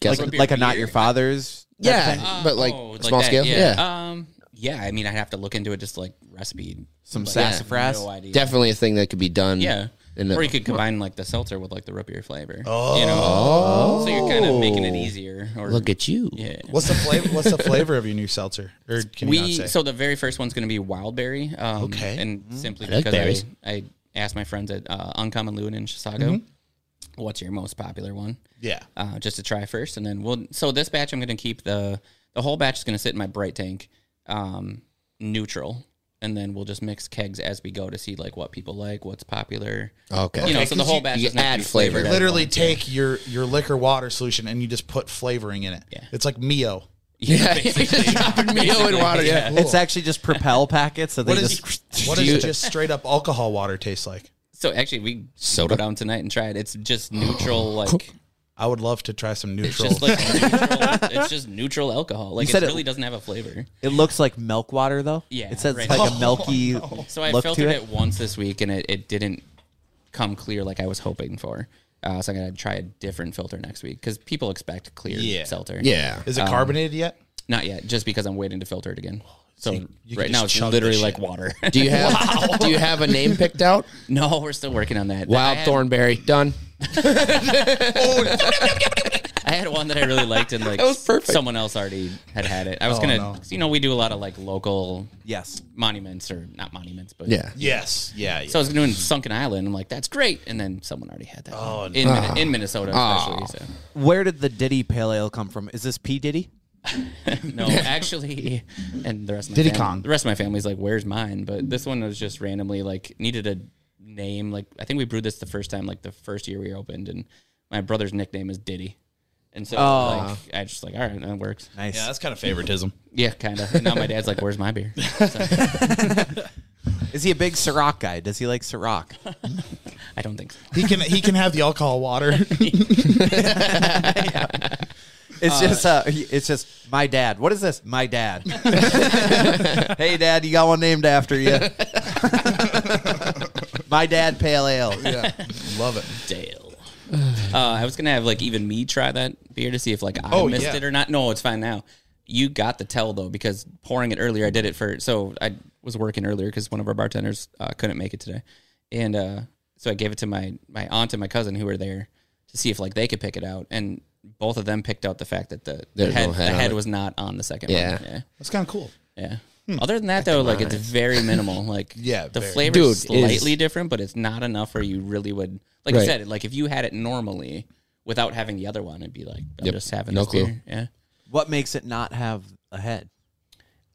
S5: guessing.
S6: like, like a not your father's.
S5: yeah, but like
S4: Oh,
S5: small
S4: that,
S5: scale. Yeah,
S4: Um, yeah. I mean, I'd have to look into it, just like recipe.
S6: Some
S4: Like,
S6: sassafras?
S4: No idea.
S5: definitely a thing that could be done.
S4: Yeah.
S5: in the,
S4: or you could combine like the seltzer with like the root beer flavor. Oh. You know? So you're kind of making it easier. Or
S5: look at you.
S4: yeah.
S2: what's the flavor? What's the flavor of your new seltzer? Or can we,
S4: we
S2: not say?
S4: so the very first one's going to be wild berry. Um,
S2: Okay.
S4: and simply
S5: like
S4: because
S5: berries.
S4: I, I asked my friends at uh, Uncommon Lewin in Chicago,
S5: Mm-hmm.
S4: what's your most popular one?
S2: yeah,
S4: uh, just to try first, and then we'll. So this batch, I'm going to keep the the whole batch is going to sit in my bright tank, um, neutral, and then we'll just mix kegs as we go to see like what people like, what's popular.
S5: Okay.
S4: You know, so the
S2: 'cause
S4: whole
S2: you-
S4: batch
S5: you
S4: is not
S5: add
S4: gonna be
S5: flavor.
S4: flavored at
S2: literally
S4: once.
S2: take your your liquor water solution and you just put flavoring in it.
S4: Yeah.
S2: It's like Mio.
S5: <laughs> Yeah, <laughs> dropping meal in water. Yeah,
S6: It's actually just propel packets. So they
S2: What is
S6: just
S2: <laughs> what does just straight up alcohol water taste like?
S4: So actually, we go
S5: Soda?
S4: down tonight and try it. It's just neutral, like
S2: I would love to try some
S4: it's
S2: neutral.
S4: just like neutral, it's just neutral alcohol. Like it
S6: said it-
S4: really doesn't have a flavor.
S6: it looks like milk water though.
S4: Yeah,
S6: it says
S4: right. <laughs> Oh,
S6: like a milky
S4: So I
S6: look
S4: filtered
S6: to
S4: it.
S6: it.
S4: once this week, and it, it didn't come clear like I was hoping for. Uh, so I'm gonna try a different filter next week because people expect clear
S2: Yeah.
S4: seltzer.
S5: yeah.
S2: Is it
S4: Um,
S2: carbonated yet?
S4: not yet, just because I'm waiting to filter it again. So
S2: you
S4: right
S2: can
S4: now
S2: just
S4: it's
S2: chug
S4: literally
S2: this
S4: like
S2: shit.
S4: water. <laughs>
S5: Do you have Do you have a name picked out?
S4: no, we're still working on that. I
S5: Wild
S4: had-
S5: Thornberry. Done.
S4: I had one that I really liked,
S5: <laughs>
S4: and like
S5: was perfect.
S4: someone else already had had it. I was gonna,
S2: Oh, no.
S4: you know, we do a lot of like local
S6: Yes.
S4: monuments or not monuments, but
S5: Yeah.
S2: Yes. Yeah. yeah.
S4: So I was doing Sunken Island. I'm like, that's great, and then someone already had that. Oh, in, Min- in Minnesota,
S5: Ah.
S4: especially. So.
S6: Where did the Diddy Pale Ale come from? Is this P Diddy?
S2: <laughs>
S4: No, actually, and the rest of my
S2: Diddy
S4: fam-
S2: Kong.
S4: The rest of my family's like, "Where's mine?" But this one was just randomly like needed a name. Like I think we brewed this the first time, like the first year we opened, and my brother's nickname is Diddy, and so
S6: Oh.
S4: like I just like, all right, that works.
S6: Nice.
S2: that's kind of favoritism.
S4: Yeah, kind of. Now my dad's like, "Where's my beer?" So,
S6: Is he a big Ciroc guy? Does he like
S4: <laughs>
S6: Ciroc?
S4: Uh, I don't think so.
S2: He can he can have the alcohol
S4: <laughs>
S2: water.
S6: It's just uh, he- it's just my dad. What is this? My dad.
S4: <laughs>
S6: hey, dad, you got one named after you.
S4: <laughs>
S6: my dad, pale ale.
S2: yeah. Love it.
S4: Dale. Uh, I was gonna have like even me try that beer to see if like I
S2: Oh,
S4: missed
S2: yeah.
S4: it or not. No, it's fine now. You got the tell though because pouring it earlier, I did it for. So I was working earlier because one of our bartenders uh, couldn't make it today, and uh, so I gave it to my my aunt and my cousin who were there to see if like they could pick it out, and both of them picked out the fact that the, the
S5: There's no
S4: head,
S5: head
S4: the
S5: on
S4: head
S5: it.
S4: was not on the second
S5: Yeah.
S4: one. Yeah,
S2: That's kind of cool.
S4: yeah.
S5: Hmm.
S4: Other than that though, like it's
S5: <laughs>
S4: very minimal. Like
S2: Yeah,
S4: the
S2: very.
S4: flavor
S5: Dude,
S4: is
S5: it is-
S4: slightly different, but it's not enough where you really would like I
S5: Right.
S4: said, like if you had it normally without having the other one, it'd be like I'm
S5: Yep.
S4: just having
S5: No
S4: this
S5: clue.
S4: beer. Yeah.
S6: What makes it not have a head?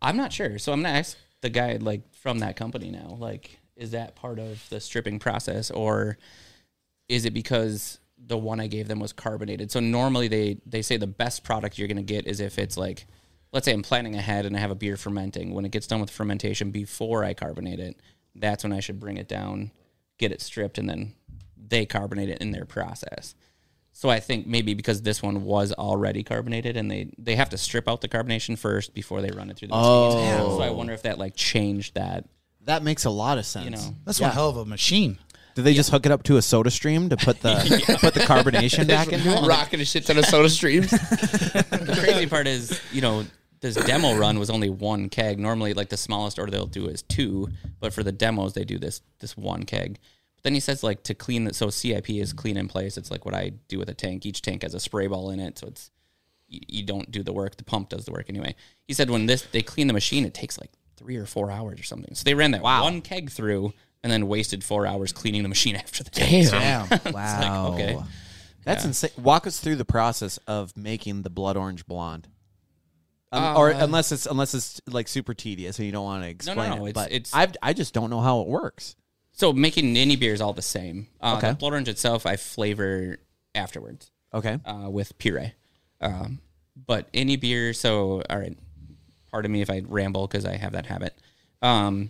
S4: I'm not sure. So I'm gonna ask the guy like from that company now, like, is that part of the stripping process or is it because the one I gave them was carbonated? So normally they they say the best product you're gonna get is if it's like let's say I'm planning ahead and I have a beer fermenting. When it gets done with fermentation before I carbonate it, that's when I should bring it down, get it stripped, and then they carbonate it in their process. So I think maybe because this one was already carbonated and they they have to strip out the carbonation first before they run it through the machine. So I wonder if that like changed that.
S6: That makes a lot of sense.
S4: You know.
S2: That's one hell of a machine.
S6: Do they just hook it up to a soda stream to put
S4: <laughs>
S6: the put the carbonation back in?
S5: <laughs> Rocking a shit ton of soda streams.
S4: The crazy part is, you know, this demo run was only one keg. Normally like the smallest order they'll do is two, but for the demos they do this this one keg. But then he says like to clean the so CIP is clean in place. It's like what I do with a tank. Each tank has a spray ball in it, so it's you, you don't do the work. The pump does the work anyway. He said when this they clean the machine, it takes like three or four hours or something. So they ran that one keg through and then wasted four hours cleaning the machine <laughs> after the tank.
S2: Damn.
S4: <laughs>
S6: Wow.
S4: okay.
S6: That's insane. Walk us through the process of making the blood orange blonde. Um, or unless it's unless it's like super tedious and you don't want to explain
S4: Uh, no,
S6: it,
S4: it's-
S6: but
S4: it's-
S6: I've, I just don't know how it works.
S4: So making any beer is all the same. Uh,
S6: Okay.
S4: The blood orange itself, I flavor afterwards
S6: Okay,
S4: uh, with puree. Um, but any beer, so all right, Pardon me if I ramble because I have that habit. Um,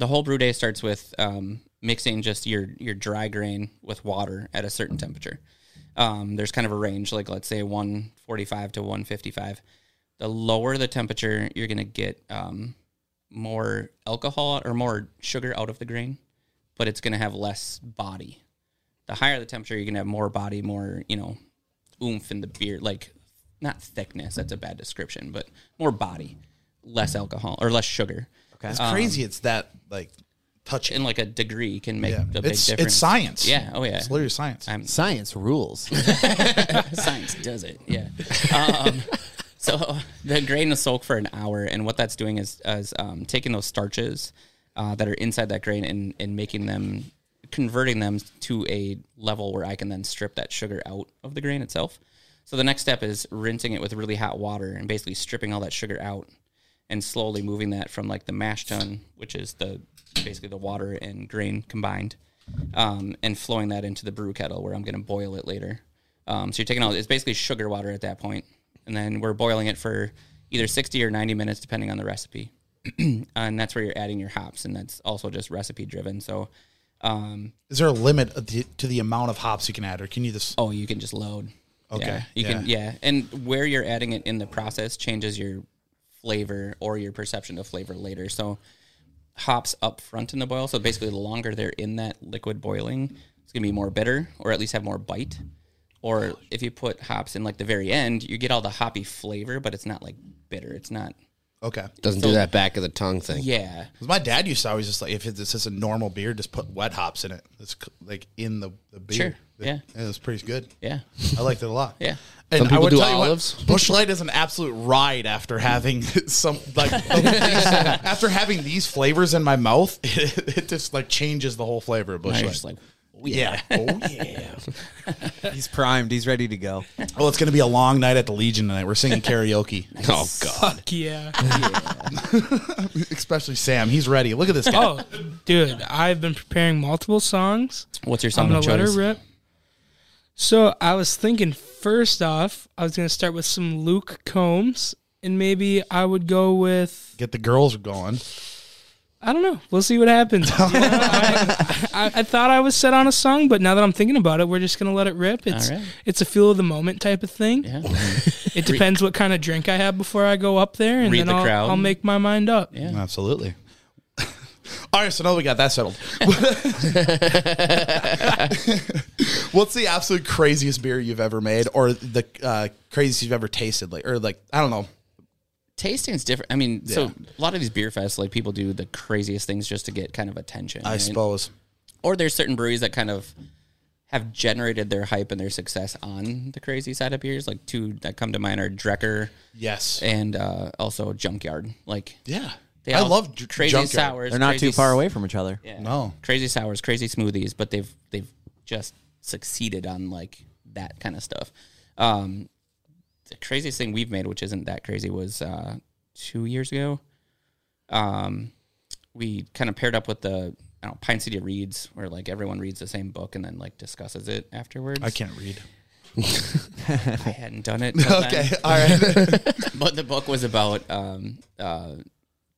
S4: the whole brew day starts with um, mixing just your your dry grain with water at a certain temperature. Um, there's kind of a range, like let's say 145 to 155. The lower the temperature, you're gonna get um, more alcohol or more sugar out of the grain, but it's gonna have less body. The higher the temperature, you're gonna have more body, more you know, oomph in the beer, like not thickness. That's a bad description, but more body, less alcohol or less sugar. Okay Um,
S2: It's crazy. It's that like touching.
S4: in like a degree can make
S2: Yeah.
S4: the big
S2: It's
S4: difference.
S2: it's science.
S4: Yeah. Oh yeah.
S2: It's literally science.
S8: Science
S4: <laughs>
S8: rules.
S4: Science does it. Yeah. <laughs> Um, so <laughs> the grain will soak for an hour, and what that's doing is, is um, taking those starches uh, that are inside that grain and, and making them, converting them to a level where I can then strip that sugar out of the grain itself. So the next step is rinsing it with really hot water and basically stripping all that sugar out and slowly moving that from like the mash tun, which is the basically the water and grain combined, um, and flowing that into the brew kettle where I'm going to boil it later. Um, so you're taking all it's basically sugar water at that point, and then we're boiling it for either 60 or 90 minutes depending on the recipe, <clears throat> and that's where you're adding your hops, and that's also just recipe driven. So, um,
S2: Is there a limit of the- to the amount of hops you can add, or can you just?
S4: oh, you can just load.
S2: Okay,
S4: Yeah, you can yeah, and where you're adding it in the process changes your flavor or your perception of flavor later. So hops up front in the boil. So basically, the longer they're in that liquid boiling, it's gonna be more bitter, or at least have more bite. Or if you put hops in like the very end, you get all the hoppy flavor, but it's not like bitter. It's not.
S2: Okay.
S5: Doesn't do that back of the tongue thing.
S4: Yeah,
S2: 'Cause my dad used to always just like if it's just a normal beer, just put wet hops in it. It's c- like in the, the beer.
S4: Sure,
S2: It-
S4: yeah.
S2: It was pretty good.
S4: yeah,
S2: I liked it a lot.
S4: Yeah.
S2: And
S5: Some people
S2: I would
S5: do
S2: tell
S5: olives.
S2: You what, Bush Light is an absolute ride after having <laughs> some
S5: <laughs>
S2: like after having these flavors in my mouth, <laughs> it, just like changes the whole flavor of Bush
S4: You're
S2: Light.
S4: just like
S2: yeah. Oh yeah.
S6: He's primed. He's ready to go.
S2: well, it's gonna be a long night at the Legion tonight. We're singing karaoke.
S5: Oh god.
S3: Fuck <laughs> yeah.
S2: <laughs> Especially Sam. He's ready. Look at this guy.
S3: oh, dude, I've been preparing multiple songs.
S4: what's your song
S3: I'm gonna
S4: of
S3: let her
S4: choice?
S3: rip. So I was thinking first off, I was gonna start with some Luke Combs, and maybe I would go with
S2: Get the girls going.
S3: I don't know. We'll see what
S4: <laughs>
S3: happens. You know, I, I, I thought I was set on a song, but now that I'm thinking about it, we're just gonna let it rip. It's
S4: All right.
S3: it's a feel of the moment type of thing.
S4: Yeah.
S3: <laughs> It depends what kind of drink I have before I go up there, and
S4: Read
S3: then
S4: the
S3: I'll,
S4: crowd.
S3: I'll make my mind up.
S2: Absolutely. <laughs> All right, so now we got that settled. <laughs> What's the absolute craziest beer you've ever made, or the uh, craziest you've ever tasted? Like, or like, I don't know.
S4: Tasting's different. I mean, so
S2: Yeah.
S4: a lot of these beer fests, like people do the craziest things just to get kind of attention.
S2: I
S4: right?
S2: suppose.
S4: or there's certain breweries that kind of have generated their hype and their success on the crazy side of beers. Like two that come to mind are Drecker
S2: Yes.
S4: and uh, also Junkyard. Like
S2: Yeah.
S4: they
S2: I
S4: all-
S2: love j-
S4: crazy
S2: Junkyard.
S4: sours.
S6: They're not
S4: crazy
S6: too far
S4: s-
S6: away from each other.
S4: yeah.
S2: No.
S4: crazy sours, crazy smoothies, but they've they've just succeeded on like that kind of stuff. Um, the craziest thing we've made, which isn't that crazy, was uh, two years ago. Um, we kind of paired up with the I don't know, Pine City Reads, where like everyone reads the same book and then like discusses it afterwards.
S2: I can't read.
S4: <laughs> I hadn't
S2: <laughs>
S4: done it. till then
S2: Okay. All
S4: <laughs>
S2: right.
S4: but the book was about um, uh,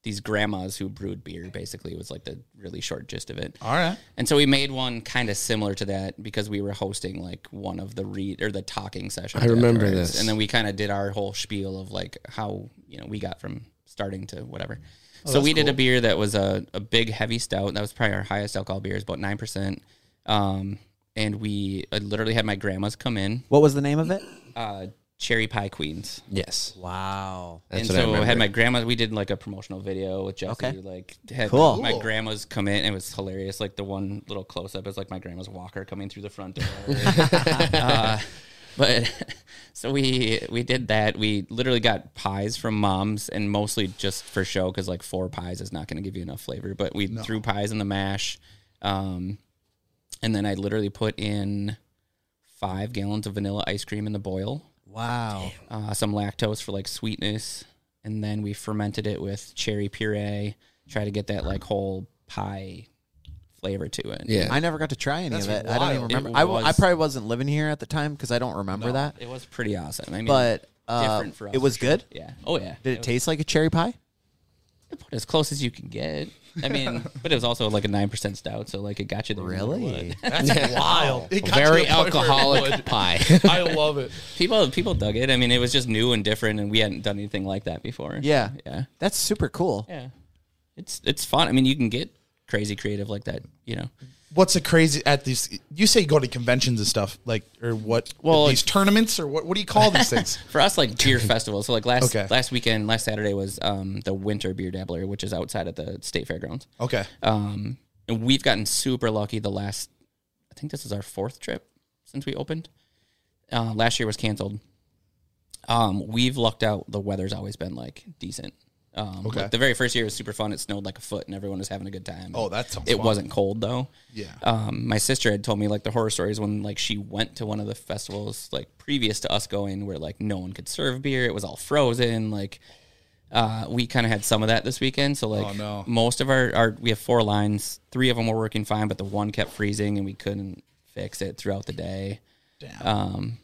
S4: these grandmas who brewed beer. Basically, was like the really short gist of it.
S2: All right.
S4: And so we made one kind of similar to that because we were hosting like one of the read or the talking sessions.
S5: I remember
S4: afterwards.
S5: this.
S4: And then we kind of did our whole spiel of like how you know we got from starting to whatever.
S2: Oh,
S4: so we did a beer that was a, a big heavy stout. That was probably our highest alcohol beer, is about nine percent. Um, and we I literally had my grandmas come in,
S6: What was the name of it?
S4: uh, cherry pie queens.
S5: Yes.
S6: Wow.
S4: and
S5: That's what I
S4: so I,
S5: remember.
S4: had my grandma. We did like a promotional video with Jesse.
S6: Okay.
S4: Like had
S6: Cool.
S4: my grandma's come in. It was hilarious. Like the one little close up is like my grandma's walker coming through the
S6: <laughs>
S4: front door. Uh, but <laughs> so we we did that. We literally got pies from moms and mostly just for show because like four pies is not going to give you enough flavor. But we threw pies in the mash, um, and then I literally put in five gallons of vanilla ice cream in the boil
S8: Wow.
S4: uh, some lactose for like sweetness, and then we fermented it with cherry puree. Try to get that like whole pie flavor to it.
S5: Yeah.
S6: I never got to try any of it. I don't even
S4: It
S6: remember. I, w- I
S4: was-
S6: probably wasn't living here at the time because I don't remember that.
S4: it was pretty awesome. I mean,
S6: But uh,
S4: different for us.
S6: It was good.
S4: Yeah. Oh yeah.
S6: Did it taste like a cherry pie?
S4: It put as close as you can get.
S6: <laughs>
S4: I mean, but it was also like a nine percent stout, so like it got you there. no matter what.
S2: Wild. It got to the
S5: Very
S2: point where it
S5: alcoholic
S2: would.
S5: pie.
S2: <laughs> I love it.
S4: People people dug it. I mean, it was just new and different, and we hadn't done anything like that before.
S6: <laughs> Yeah.
S4: Yeah.
S6: That's super cool.
S4: Yeah. It's it's fun. I mean, you can get crazy creative like that. You know.
S2: What's the crazy at these? You say you go to conventions and stuff, like or what?
S4: Well,
S2: these tournaments or what? What do you call
S4: <laughs>
S2: these things?
S4: for us like beer festivals. So like last
S2: Okay.
S4: last weekend, last Saturday was um, the winter beer dabbler, which is outside of the state fairgrounds.
S2: Okay,
S4: Um, and we've gotten super lucky the last I think this is our fourth trip since we opened. Uh, last year was canceled. Um, we've lucked out. The weather's always been like decent. Um,
S2: Okay.
S4: like, the very first year was super fun. It snowed like a foot, and everyone was having a good time.
S2: Oh, that sounds
S4: It
S2: fun.
S4: wasn't cold though.
S2: Yeah.
S4: Um, my sister had told me like the horror stories when like she went to one of the festivals like previous to us going, where like no one could serve beer. It was all frozen. Like uh, we kind of had some of that this weekend. So like
S2: Oh, no.
S4: most of our, our we have four lines. Three of them were working fine, but the one kept freezing, and we couldn't fix it throughout the day. Um,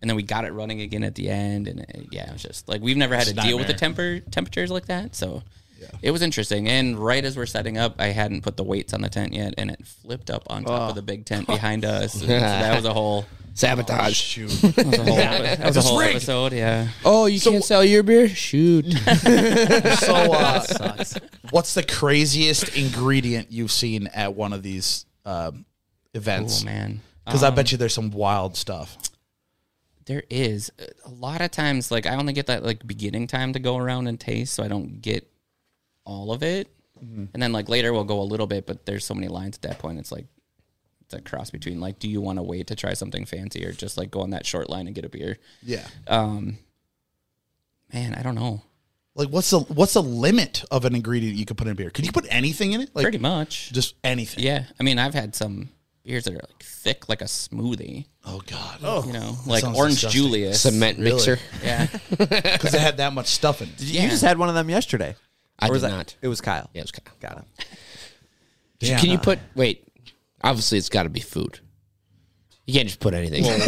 S4: and then we got it running again at the end, and it, yeah, it was just like we've never had to
S2: a
S4: deal with the
S2: nightmare.
S4: temper temperatures like that. So it was interesting. And right as we're setting up, I hadn't put the weights on the tent yet, and it flipped up on top of the big tent behind us. And so that was a whole,
S5: <laughs>
S4: uh, <laughs>
S5: Sabotage.
S2: shoot.
S4: that was a whole, that was a whole episode. Yeah.
S5: Oh, you can't sell your beer? Shoot.
S2: so,
S5: <laughs>
S2: uh, what's the craziest ingredient you've seen at one of these um, events?
S4: Oh man.
S2: Because I
S5: Um,
S2: bet you there's some wild stuff.
S4: There is Uh, a lot of times like I only get that like beginning time to go around and taste, so I don't get all of it.
S2: Mm-hmm.
S4: And then like later we'll go a little bit, but there's so many lines at that point. It's like it's a cross between like, do you want to wait to try something fancy or just like go on that short line and get a beer?
S2: Yeah.
S4: Um, man, I don't know.
S2: Like what's the what's the limit of an ingredient you could put in a beer? Could you put anything in it? Like
S4: Pretty much.
S2: just anything.
S4: Yeah, I mean I've had some beers that are like thick like a smoothie.
S2: Oh god. Oh,
S4: You know, like
S2: sounds
S4: Orange
S2: disgusting.
S4: Julius.
S5: Cement
S2: Really?
S5: mixer.
S4: Yeah.
S2: because it had that much stuff in it.
S9: Did you,
S4: Yeah.
S9: you just had one of them yesterday.
S5: <laughs> I
S9: Or was
S5: did
S9: that-
S5: not.
S9: It was Kyle.
S5: Yeah, it was Kyle.
S9: Got him.
S2: Damn.
S5: Can you put, wait, obviously it's got to be food. You can't just put
S2: <laughs>
S5: anything. <laughs>
S2: Put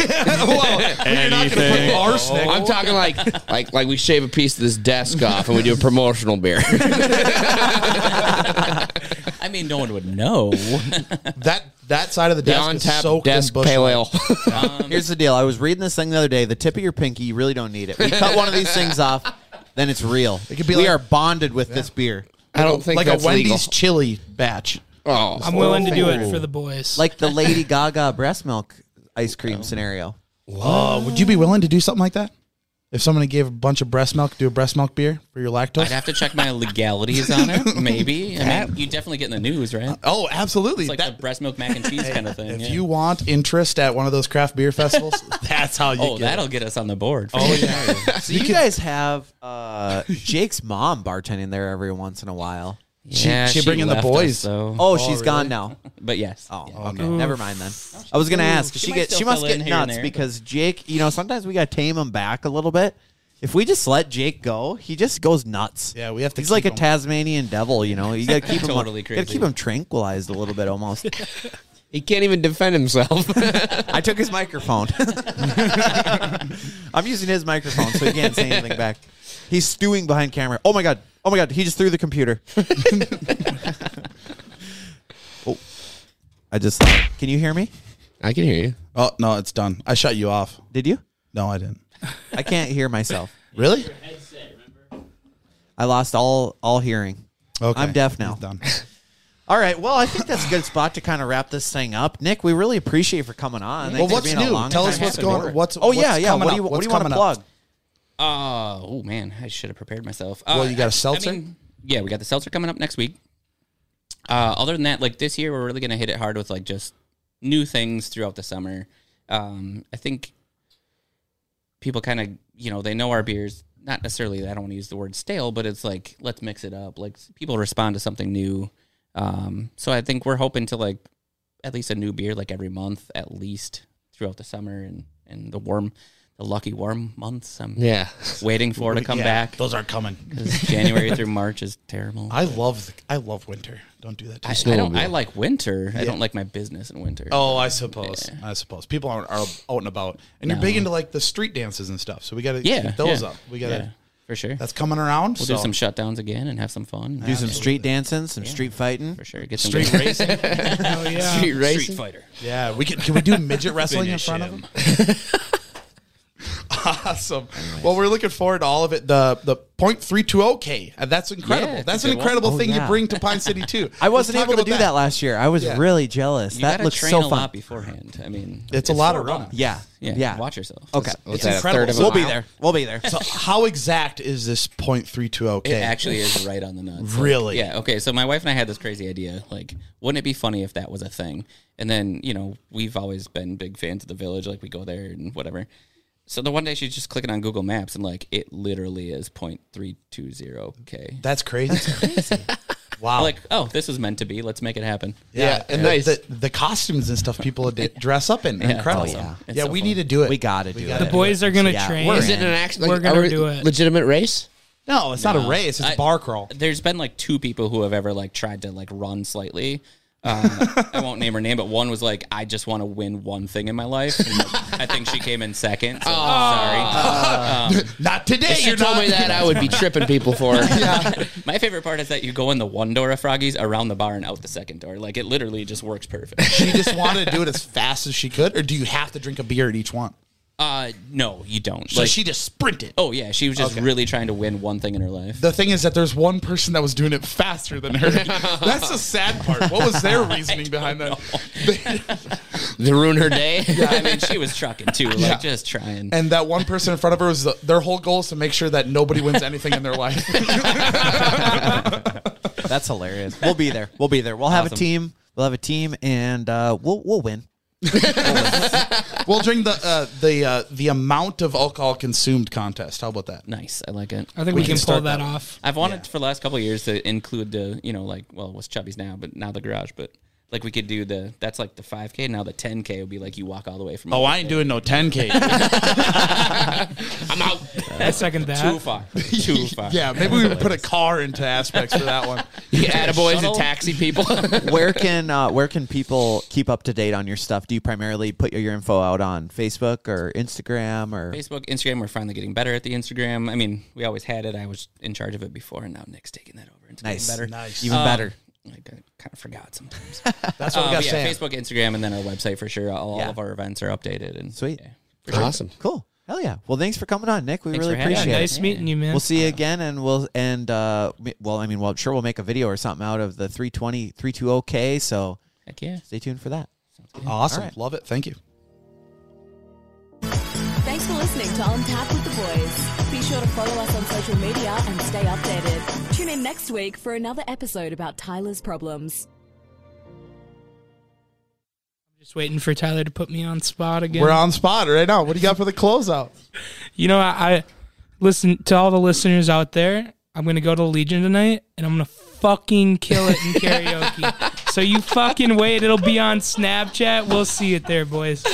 S2: arsenic.
S5: I'm talking like, like, like we shave a piece of this desk off and we do a
S2: <laughs>
S5: promotional beer.
S4: I mean no one would know.
S2: That that side of the
S5: the
S2: desk
S5: on
S2: is
S5: tap
S2: soaked
S5: desk
S2: in bush.
S5: pale ale. <laughs>
S6: Here's the deal. I was reading this thing the other day. The tip of your pinky, you really don't need it. We cut one of these <laughs> things off, then it's real.
S2: could be
S6: we
S2: like-
S6: are bonded with this beer.
S5: I don't think
S2: like a
S5: that's
S2: Wendy's
S5: legal.
S2: chili batch.
S5: Oh,
S3: I'm willing to do it for the boys.
S6: Like the Lady Gaga breast milk ice cream scenario.
S2: Oh, would you be willing to do something like that? If somebody gave a bunch of breast milk, do a breast milk beer for your lactose?
S4: I'd have to check my legalities on it, maybe. I mean, you definitely get in the news, right?
S2: oh, absolutely.
S4: It's like
S2: That-
S4: the breast milk mac and cheese kind of thing.
S2: if
S4: yeah.
S2: you want interest at one of those craft beer
S4: <laughs>
S2: festivals, that's how you
S4: oh,
S2: get.
S4: that'll get us on the board. Oh yeah,
S6: So you, guys have uh, Jake's mom bartending there every once in a while.
S2: she bring in the
S4: left
S2: boys.
S4: so.
S6: Oh, she's gone now.
S4: but yes.
S6: Oh,
S4: Yeah.
S6: okay. Never mind then. I was gonna ask. She,
S4: She might
S6: get
S4: still
S6: she must
S4: fill in
S6: get
S4: here and
S6: nuts
S4: there,
S6: because Jake. You know, sometimes we gotta tame him back a little bit. If we just let Jake go, he just goes nuts.
S2: Yeah, we have to
S6: He's
S2: keep
S6: like a
S2: him-
S6: Tasmanian devil. You know, you gotta
S2: <laughs>
S6: keep him
S4: Totally
S6: You gotta
S4: crazy.
S6: keep him tranquilized a little bit. Almost.
S5: he can't even defend himself. <laughs>
S6: I took his microphone. <laughs> I'm using his microphone, so he can't say anything back. He's stewing behind camera. Oh my god! Oh my god! He just threw the computer. <laughs> oh, I just. Can you hear me?
S5: I can hear you.
S2: oh no, it's done. I shut you off.
S6: Did you?
S2: No, I didn't.
S6: I can't hear myself.
S2: Really?
S6: I lost all all hearing.
S2: Okay,
S6: I'm deaf now.
S2: It's
S4: <laughs>
S2: done.
S6: All right. Well, I think that's a good spot to kind of wrap this thing up. Nick, we really appreciate you for coming on.
S2: well,
S6: Thanks for
S2: what's
S6: being a
S2: new?
S6: long
S2: Tell
S6: time
S2: us what's
S6: guest.
S2: going. What's
S6: Oh yeah,
S2: what's
S6: yeah.
S2: coming
S6: What do you
S2: up?
S6: what
S2: What's
S6: do you want to
S2: coming up?
S6: plug?
S4: Uh, oh man, I should have prepared myself. Uh,
S2: Well, you got a
S4: I- I
S2: seltzer?
S4: mean, yeah, we got the seltzer coming up next week. Uh, other than that, like this year, we're really gonna hit it hard with like just new things throughout the summer. Um, I think people kind of you know they know our beers. Not necessarily. I don't want to use the word stale, but it's like let's mix it up. Like people respond to something new. Um, so I think we're hoping to like at least a new beer like every month at least throughout the summer and and the warm the lucky warm months. I'm
S5: Yeah.
S4: waiting for to come
S2: Yeah,
S4: back.
S2: Those aren't coming. <laughs>
S4: 'Cause January through March is terrible. I,
S2: I love the, I love winter. Don't do that. To
S4: I
S2: me.
S4: don't. I like winter. I don't like my business in winter.
S2: Oh, I suppose. I suppose people aren't are out and about, and you're big into like the street dances and stuff. So we got to
S4: yeah,
S2: keep those
S4: yeah,
S2: up. We got to.
S4: yeah, for sure.
S2: That's coming around.
S4: we'll
S2: so.
S4: do some shutdowns again and have some fun.
S8: Do some street dancing, some street fighting.
S4: for sure. Get
S2: <laughs>
S4: some
S2: street racing.
S3: Oh yeah.
S5: racing.
S7: Fighter.
S2: Yeah, we can. Can we do <laughs> midget wrestling in front of them? <laughs> awesome. Well, we're looking forward to all of it. The the point three two zero k. Uh, That's incredible.
S4: Yeah,
S2: that's
S4: it's a
S2: an
S4: good one.
S2: incredible
S8: Oh,
S2: thing
S8: yeah.
S2: you bring to Pine City too.
S8: I wasn't
S2: Let's talk
S8: able to
S2: about
S8: do that. last year. I was
S2: Yeah.
S8: really jealous.
S4: You
S8: that
S4: gotta
S8: looks
S4: train
S8: so
S4: a
S8: fun.
S4: lot beforehand. I mean,
S2: It's a lot
S4: four
S2: of running.
S4: miles.
S8: Yeah.
S4: yeah,
S8: Yeah.
S4: Watch yourself.
S8: Okay.
S5: What's
S2: It's
S5: that, a
S2: incredible.
S5: third of a
S2: We'll
S8: We'll be
S5: mile?
S8: there. We'll be there.
S2: So how exact is this point three two zero
S4: It
S2: k?
S4: actually is right on the nuts. Like,
S2: Really?
S4: yeah. Okay. So my wife and I had this crazy idea. Like, wouldn't it be funny if that was a thing? And then you know we've always been big fans of the village. Like we go there and whatever. So the one day she's just clicking on Google Maps and like it literally is 0.320 k.
S2: That's crazy. <laughs> wow.
S4: Like oh this was meant to be. Let's make it happen.
S2: yeah, and The, the the costumes and stuff people d- dress up in. are Incredible.
S4: Awesome.
S2: yeah,
S4: It's so
S2: we
S4: fun.
S2: need to do it.
S8: We gotta do
S2: gotta
S8: it.
S2: do
S3: Boys are gonna
S8: Yeah,
S3: train.
S8: we're
S5: Is it an actual?
S3: We're
S5: Like,
S3: gonna
S5: are we-
S3: do it.
S5: Legitimate race?
S2: No, it's not a race. It's a
S4: I-
S2: bar crawl.
S5: <laughs>
S4: There's been like two people who have ever like tried to like run slightly.
S2: <laughs>
S4: Uh, I won't name her name, but one was like, "I just want to win one thing in my life." And, like, I think she came in second. So,
S2: <laughs> Oh.
S4: sorry.
S2: Not today.
S5: If you
S2: you're
S5: told
S2: not.
S5: me um,
S2: <laughs>
S5: that, I would be tripping people for it.
S4: Um, <laughs> my favorite part is that you go in the one door of Froggies, around the bar, and out the second door. Like it literally just works perfect.
S2: she just wanted to do it as fast as she could, or do you have to drink a beer at each one?
S4: <laughs> Uh, no, you don't.
S2: So
S4: Like,
S2: she just sprinted.
S4: oh yeah, she was just really trying to win one thing in her <laughs> life.
S2: The thing is that there's one person that was doing it faster than
S5: <laughs>
S2: her. That's the sad part. What was their reasoning behind <laughs> that?
S5: <laughs> They ruin her day.
S4: I mean, she was trucking too, like just trying.
S2: and that one person in front of her was the, their whole goal is to make sure that nobody
S5: <laughs>
S2: wins anything in their life. <laughs>
S8: That's hilarious. We'll be there. We'll be there. We'll have a team. We'll have a team, and uh, we'll we'll win.
S2: we'll drink the uh, the uh, the amount of alcohol consumed contest. How about that?
S4: Nice, I like it.
S3: I think we, can, pull
S2: start
S3: that,
S2: that one.
S3: off.
S4: I've wanted for the last couple of years to include the, you know, like, well, what's Chubby's now, but now the garage, but like we could do the, that's like the 5K. Now the 10K would be like you walk all the way from.
S2: Oh, I ain't doing no 10k.
S4: I'm out.
S3: I second that.
S2: <laughs>
S4: Too far. Too far.
S2: yeah, maybe we would put a car into aspects for
S8: <laughs>
S2: that one.
S5: Yeah, attaboys
S4: Shuttle.
S5: and taxi people. <laughs>
S8: Where can uh, where can people keep up to date on your stuff? Do you primarily put your, your info out on Facebook or Instagram or
S4: Facebook, Instagram, we're finally getting better at the Instagram. I mean, we always had it. I was in charge of it before, and now Nick's taking that over. It's
S8: nice,
S4: getting better.
S2: Nice.
S8: even better?
S4: Like, I kind of
S8: <laughs>
S4: forgot sometimes.
S2: That's what
S4: Um,
S2: we got
S4: yeah,
S2: saying.
S4: Facebook, Instagram, and then our website for sure. All, all
S8: Yeah.
S4: of our events are updated. and
S8: Sweet.
S4: yeah.
S5: awesome.
S8: Cool. Hell yeah. Well, thanks for coming on, Nick. We
S4: Thanks
S8: really
S4: for having me.
S3: Yeah,
S8: appreciate it.
S3: nice
S4: Yeah.
S3: meeting you, man.
S8: We'll see you again, and we'll and uh, we- well, I mean, well, sure, we'll make a video or something out of the 320 320k. So
S4: Heck yeah.
S8: stay tuned for that.
S2: Awesome.
S8: All right.
S2: Love it. Thank you.
S10: Thanks for listening to On Tap with the Boys. Be sure to follow us on social media and stay updated. Tune in next week for another episode about Tyler's problems.
S3: Just waiting for Tyler to put me on spot again.
S2: We're on spot right now. What do you got for the closeout?
S3: You know, I, I listen to all the listeners out there. I'm gonna go to Legion tonight, and I'm gonna fucking kill it in karaoke. so you fucking wait. It'll be on Snapchat. We'll see it there, boys.